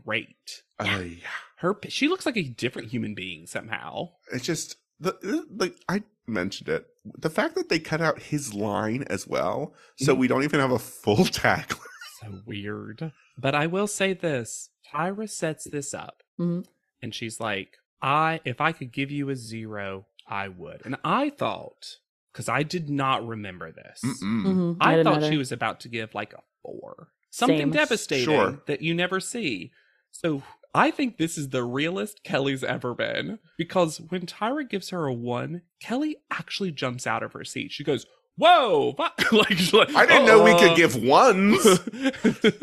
S2: great.
S1: Uh, yeah.
S2: Her pi- she looks like a different human being somehow.
S1: It's just the like I mentioned it. The fact that they cut out his line as well, so we don't even have a full tag.
S2: So weird. But I will say this: Tyra sets this up,
S3: Mhm.
S2: and she's like, "I if I could give you a zero, I would." And I thought, because I did not remember this,
S1: Mm-mm.
S3: Mhm.
S2: I,
S3: didn't
S2: thought
S3: either.
S2: she was about to give like a four, something
S3: Same.
S2: devastating
S1: Sure.
S2: that you never see. So I think this is the realest Kelly's ever been because when Tyra gives her a one, Kelly actually jumps out of her seat. She goes, "Whoa!" like, like
S1: I didn't know we could give ones.
S2: give.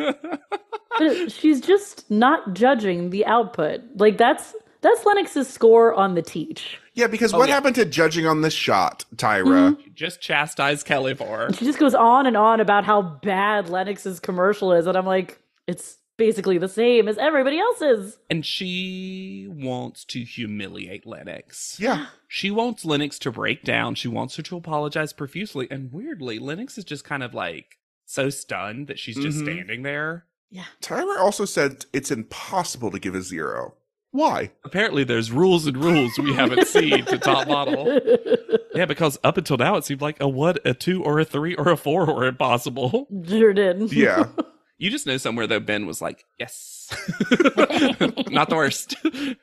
S3: But she's just not judging the output. Like that's that's Lennox's score on the teach.
S1: Yeah, because what
S2: yeah.
S1: happened to judging on the shot,
S2: Hmm?
S1: Tyra?
S2: Just chastise Kelly for. it.
S3: She just goes on and on about how bad Lennox's commercial is, and I'm like, it's basically the same as everybody else's.
S2: And she wants to humiliate Lennox.
S1: Yeah.
S2: She wants Lennox to break down. She wants her to apologize profusely. And weirdly, Lennox is just kind of like so stunned that she's just
S1: Mhm.
S2: standing there.
S1: Tyra also said it's impossible to give a zero. Why?
S2: Apparently, there's rules and rules we haven't seen to top model. Yeah, because up until now, it seemed like a one, a two, or a three, or a four were impossible.
S3: sure did.
S1: Yeah.
S2: You just know somewhere, though, Ben was like, yes. Not the worst.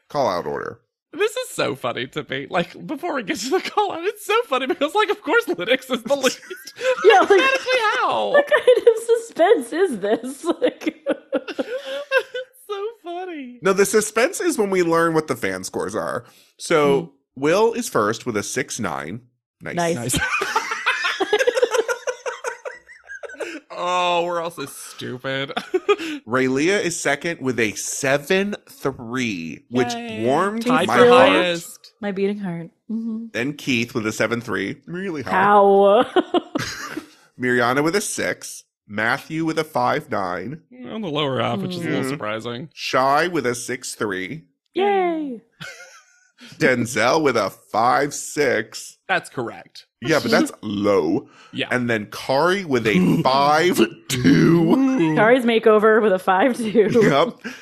S1: Call out order.
S2: This is so funny to me. Like before we get to the call out, it's so funny because like of course Linux is the least.
S3: Yeah, like-
S2: Mathematically how?
S3: What kind of suspense is this? Like,
S2: it's so funny.
S1: No, the suspense is when we learn what the fan scores are. So Will is first with a six nine. Nice.
S3: Nice.
S2: Nice. oh, we're all so stupid.
S1: Raylia is second with a seven three, which
S2: Yay.
S1: warmed
S3: Tied
S1: my
S3: for
S1: heart.
S2: highest.
S3: my beating heart. Mhm.
S1: Then Keith with a seven three, really high.
S3: How?
S1: Miriana with a six. Matthew with a five nine.
S2: On the lower half, which is a little
S1: Mm.
S2: surprising.
S1: Shy with a six three.
S3: Yay!
S1: Denzel with a five six.
S2: That's correct.
S1: Yeah, but that's low.
S2: Yeah.
S1: And then Kari with a five two.
S3: Kari's makeover with a five-two.
S1: Yep.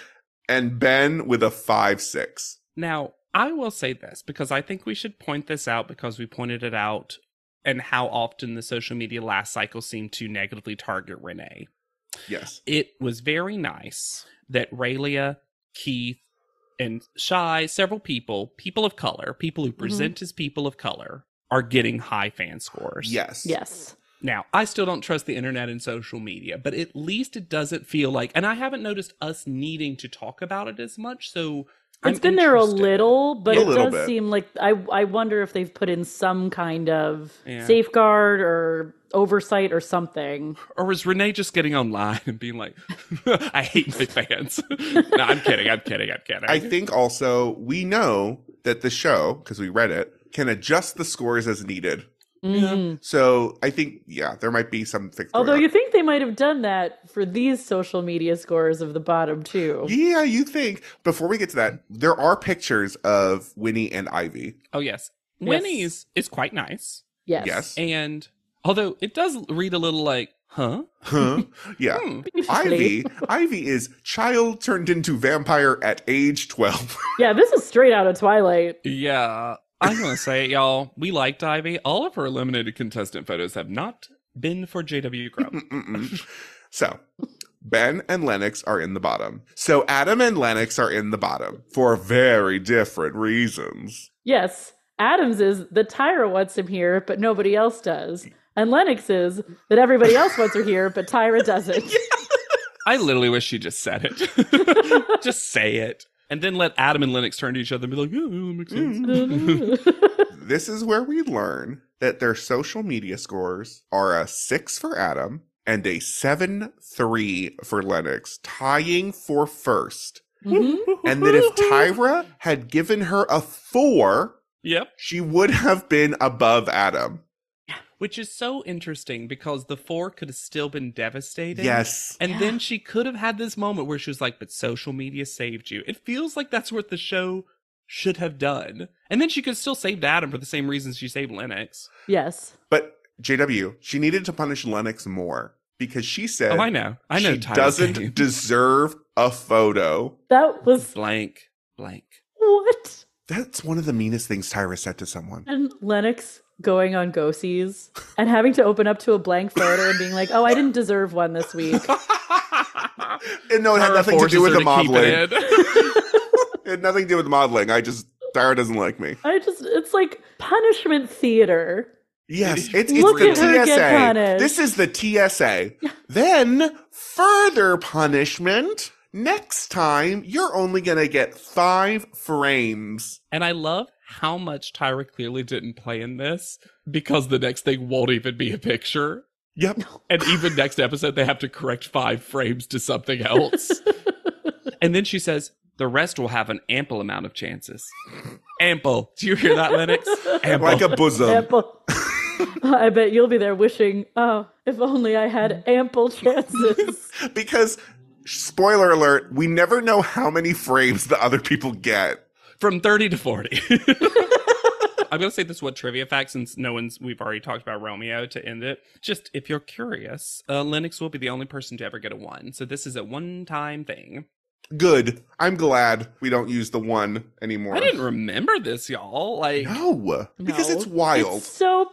S1: And Ben with a five six.
S2: Now, I will say this because I think we should point this out because we pointed it out and how often the social media last cycle seemed to negatively target Renee.
S1: Yes.
S2: It was very nice that Raylia, Keith, and Shy, several people, people of color, people who
S3: Mm-hmm.
S2: present as people of color, are getting high fan scores.
S1: Yes.
S3: Yes.
S2: Now, I still don't trust the internet and social media, but at least it doesn't feel like, and I haven't noticed us needing to talk about it as much. So
S3: it's
S2: I'm
S3: been there a
S2: interested.
S3: little, but
S1: A
S3: it
S1: little
S3: does
S1: bit.
S3: seem like I I wonder if they've put in some kind of
S2: Yeah.
S3: safeguard or oversight or something.
S2: Or was Renee just getting online and being like, I hate my fans? no, I'm kidding. I'm kidding. I'm kidding.
S1: I think also we know that the show, because we read it, can adjust the scores as needed.
S3: Mhm.
S1: So I think, yeah, there might be some fix.
S3: Although
S1: going
S3: you think they might have done that for these social media scores of the bottom two.
S1: on. yeah, you think. Before we get to that, there are pictures of Winnie and Ivy.
S2: oh, yes.
S3: Yes.
S2: Winnie's is quite nice.
S3: Yes.
S1: Yes.
S2: And although it does read a little like, huh?
S1: Huh? Yeah.
S2: Hmm.
S1: Ivy, Ivy is child turned into vampire at age 12.
S3: Yeah, this is straight out of Twilight.
S2: Yeah. I'm going to say it, y'all. We liked Ivy. All of her eliminated contestant photos have not been for JW Grub.
S1: Mm-mm. so Ben and Lennox are in the bottom. So Adam and Lennox are in the bottom for very different reasons.
S3: Yes. Adams is that Tyra wants him here, but nobody else does. And Lennox is that everybody else wants her here, but Tyra doesn't.
S2: I literally wish she just said it. just say it. And then let Adam and Lennox turn to each other and be like, yeah, yeah, that makes sense.
S1: Mm-hmm. This is where we learn that their social media scores are a six for Adam and a seven three for Lennox, tying for first.
S3: Mhm.
S1: And that if Tyra had given her a four,
S2: Yep.
S1: she would have been above Adam.
S2: Which is so interesting because the four could have still been devastated.
S1: Yes.
S2: And
S3: Yeah.
S2: then she could have had this moment where she was like, but social media saved you. It feels like that's what the show should have done. And then she could have still saved Adam for the same reasons she saved Lennox.
S3: Yes.
S1: But JW, she needed to punish Lennox more because she said
S2: oh, I know. I know.
S1: she
S2: Tyra's
S1: doesn't
S2: game.
S1: deserve a photo.
S3: That was
S2: blank, blank.
S3: what?
S1: That's one of the meanest things Tyra said to someone.
S3: And Lennox going on Ghosties and having to open up to a blank photo and being like, oh, I didn't deserve one this week.
S1: And no, Oh, it had
S2: Tyra
S1: nothing to
S2: forces
S1: do with
S2: her
S1: the
S2: to keep
S1: modeling. It
S2: it in.
S1: had nothing to do with modeling. I just Tyra doesn't like me.
S3: I just, it's like punishment theater.
S1: Yes, it's, it's
S3: Look
S1: the
S3: at her get
S1: TSA.
S3: punished.
S1: This is the TSA. then further punishment. Next time, you're only going to get five frames.
S2: And I love how much Tyra clearly didn't play in this because the next thing won't even be a picture.
S1: Yep.
S2: And even next episode, they have to correct five frames to something else. and then she says, the rest will have an ample amount of chances. Ample. Do you hear that, Lennox? Ample.
S1: Like a bosom.
S3: Ample. I bet you'll be there wishing, oh, if only I had ample chances.
S1: because, spoiler alert, we never know how many frames the other people get.
S2: From 30 to 40. I'm going to say this one trivia fact since no one's, we've already talked about Romeo to end it. Just if you're curious, uh, Lennox will be the only person to ever get a one. So this is a one time thing.
S1: Good. I'm glad we don't use the one anymore.
S2: I didn't remember this, y'all. Like,
S1: No, because
S2: No.
S1: it's wild.
S3: It's so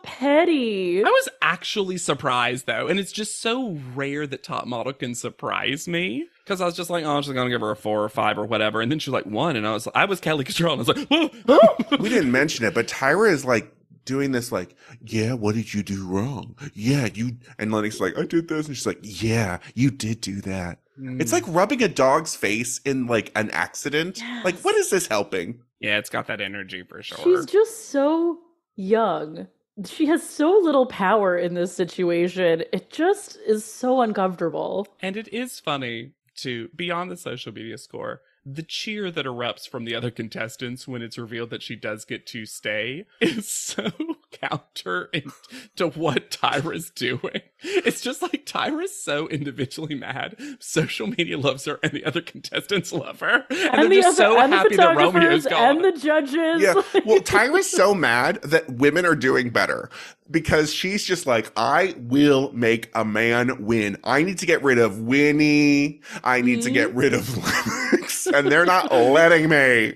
S2: I
S3: petty.
S2: was actually surprised though, and it's just so rare that Top Model can surprise me because I was just like, oh, I'm just gonna give her a four or five or whatever, and then she was like one, and I was I was Kelly Control, and I was like,
S1: we
S2: whoa.
S1: didn't mention it, but Tyra is like doing this, like, yeah, what did you do wrong? Yeah, you. And Lennox is like, I did this, and she's like, yeah, you did do that.
S2: Mm.
S1: It's like rubbing a dog's face in like an accident. Like, what is this helping?
S2: yeah, it's got that energy for sure.
S3: She's just so young. She has so little power in this situation. It just is so uncomfortable.
S2: and it is funny to beyond the social media score. The cheer that erupts from the other contestants when it's revealed that she does get to stay is so counter in- to what Tyra's doing. It's just like Tyra's so individually mad. Social media loves her, and the other contestants love her, and, they're
S3: the
S2: just
S3: other-
S2: so
S3: and the
S2: happy that Romeo's
S3: photographers
S2: gone.
S3: and the judges.
S1: Yeah.
S3: like-
S1: Well, Tyra's so mad that women are doing better because she's just like, I will make a man win. I need to get rid of Winnie. I need to
S2: Mm-hmm.
S1: get rid of Lennox. And they're not letting me.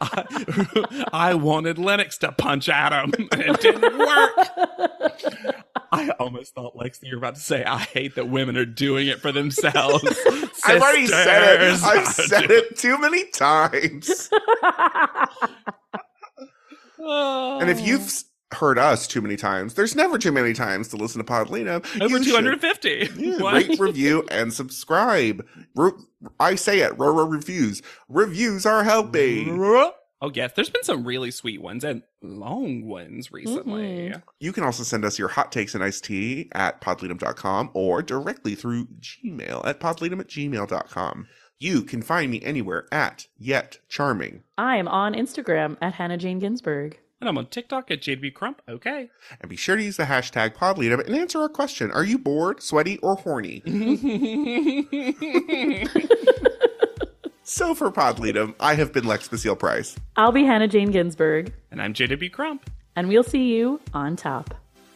S2: I, I wanted Lennox to punch Adam. and It didn't work. I almost thought, Lex, that you were about to say, I hate that women are doing it for themselves.
S1: I've already said it.
S2: Sisters.
S1: I've said it too many times.
S2: Oh.
S1: And if you've s- heard us too many times, there's never too many times to listen to Podlina.
S2: over
S1: You should-
S2: 250,
S1: Yeah,
S2: What?
S1: rate, review, and subscribe. Re- I say it. Rora reviews. Reviews are helping.
S2: Oh, yes. There's been some really sweet ones and long ones recently.
S1: You can also send us your hot takes and iced tea at podleadum.com or directly through Gmail at podleadum at gmail.com. You can find me anywhere at yet charming.
S3: I am on Instagram at Hannah Jane Ginsburg.
S2: And I'm on TikTok at JB Crump. Okay.
S1: And be sure to use the hashtag podleadum and answer our question. Are you bored, sweaty, or horny? So for Podleadum, I have been Lex Basile Price.
S3: I'll be Hannah Jane Ginsburg,
S2: and I'm JW Crump.
S3: and we'll see you on top.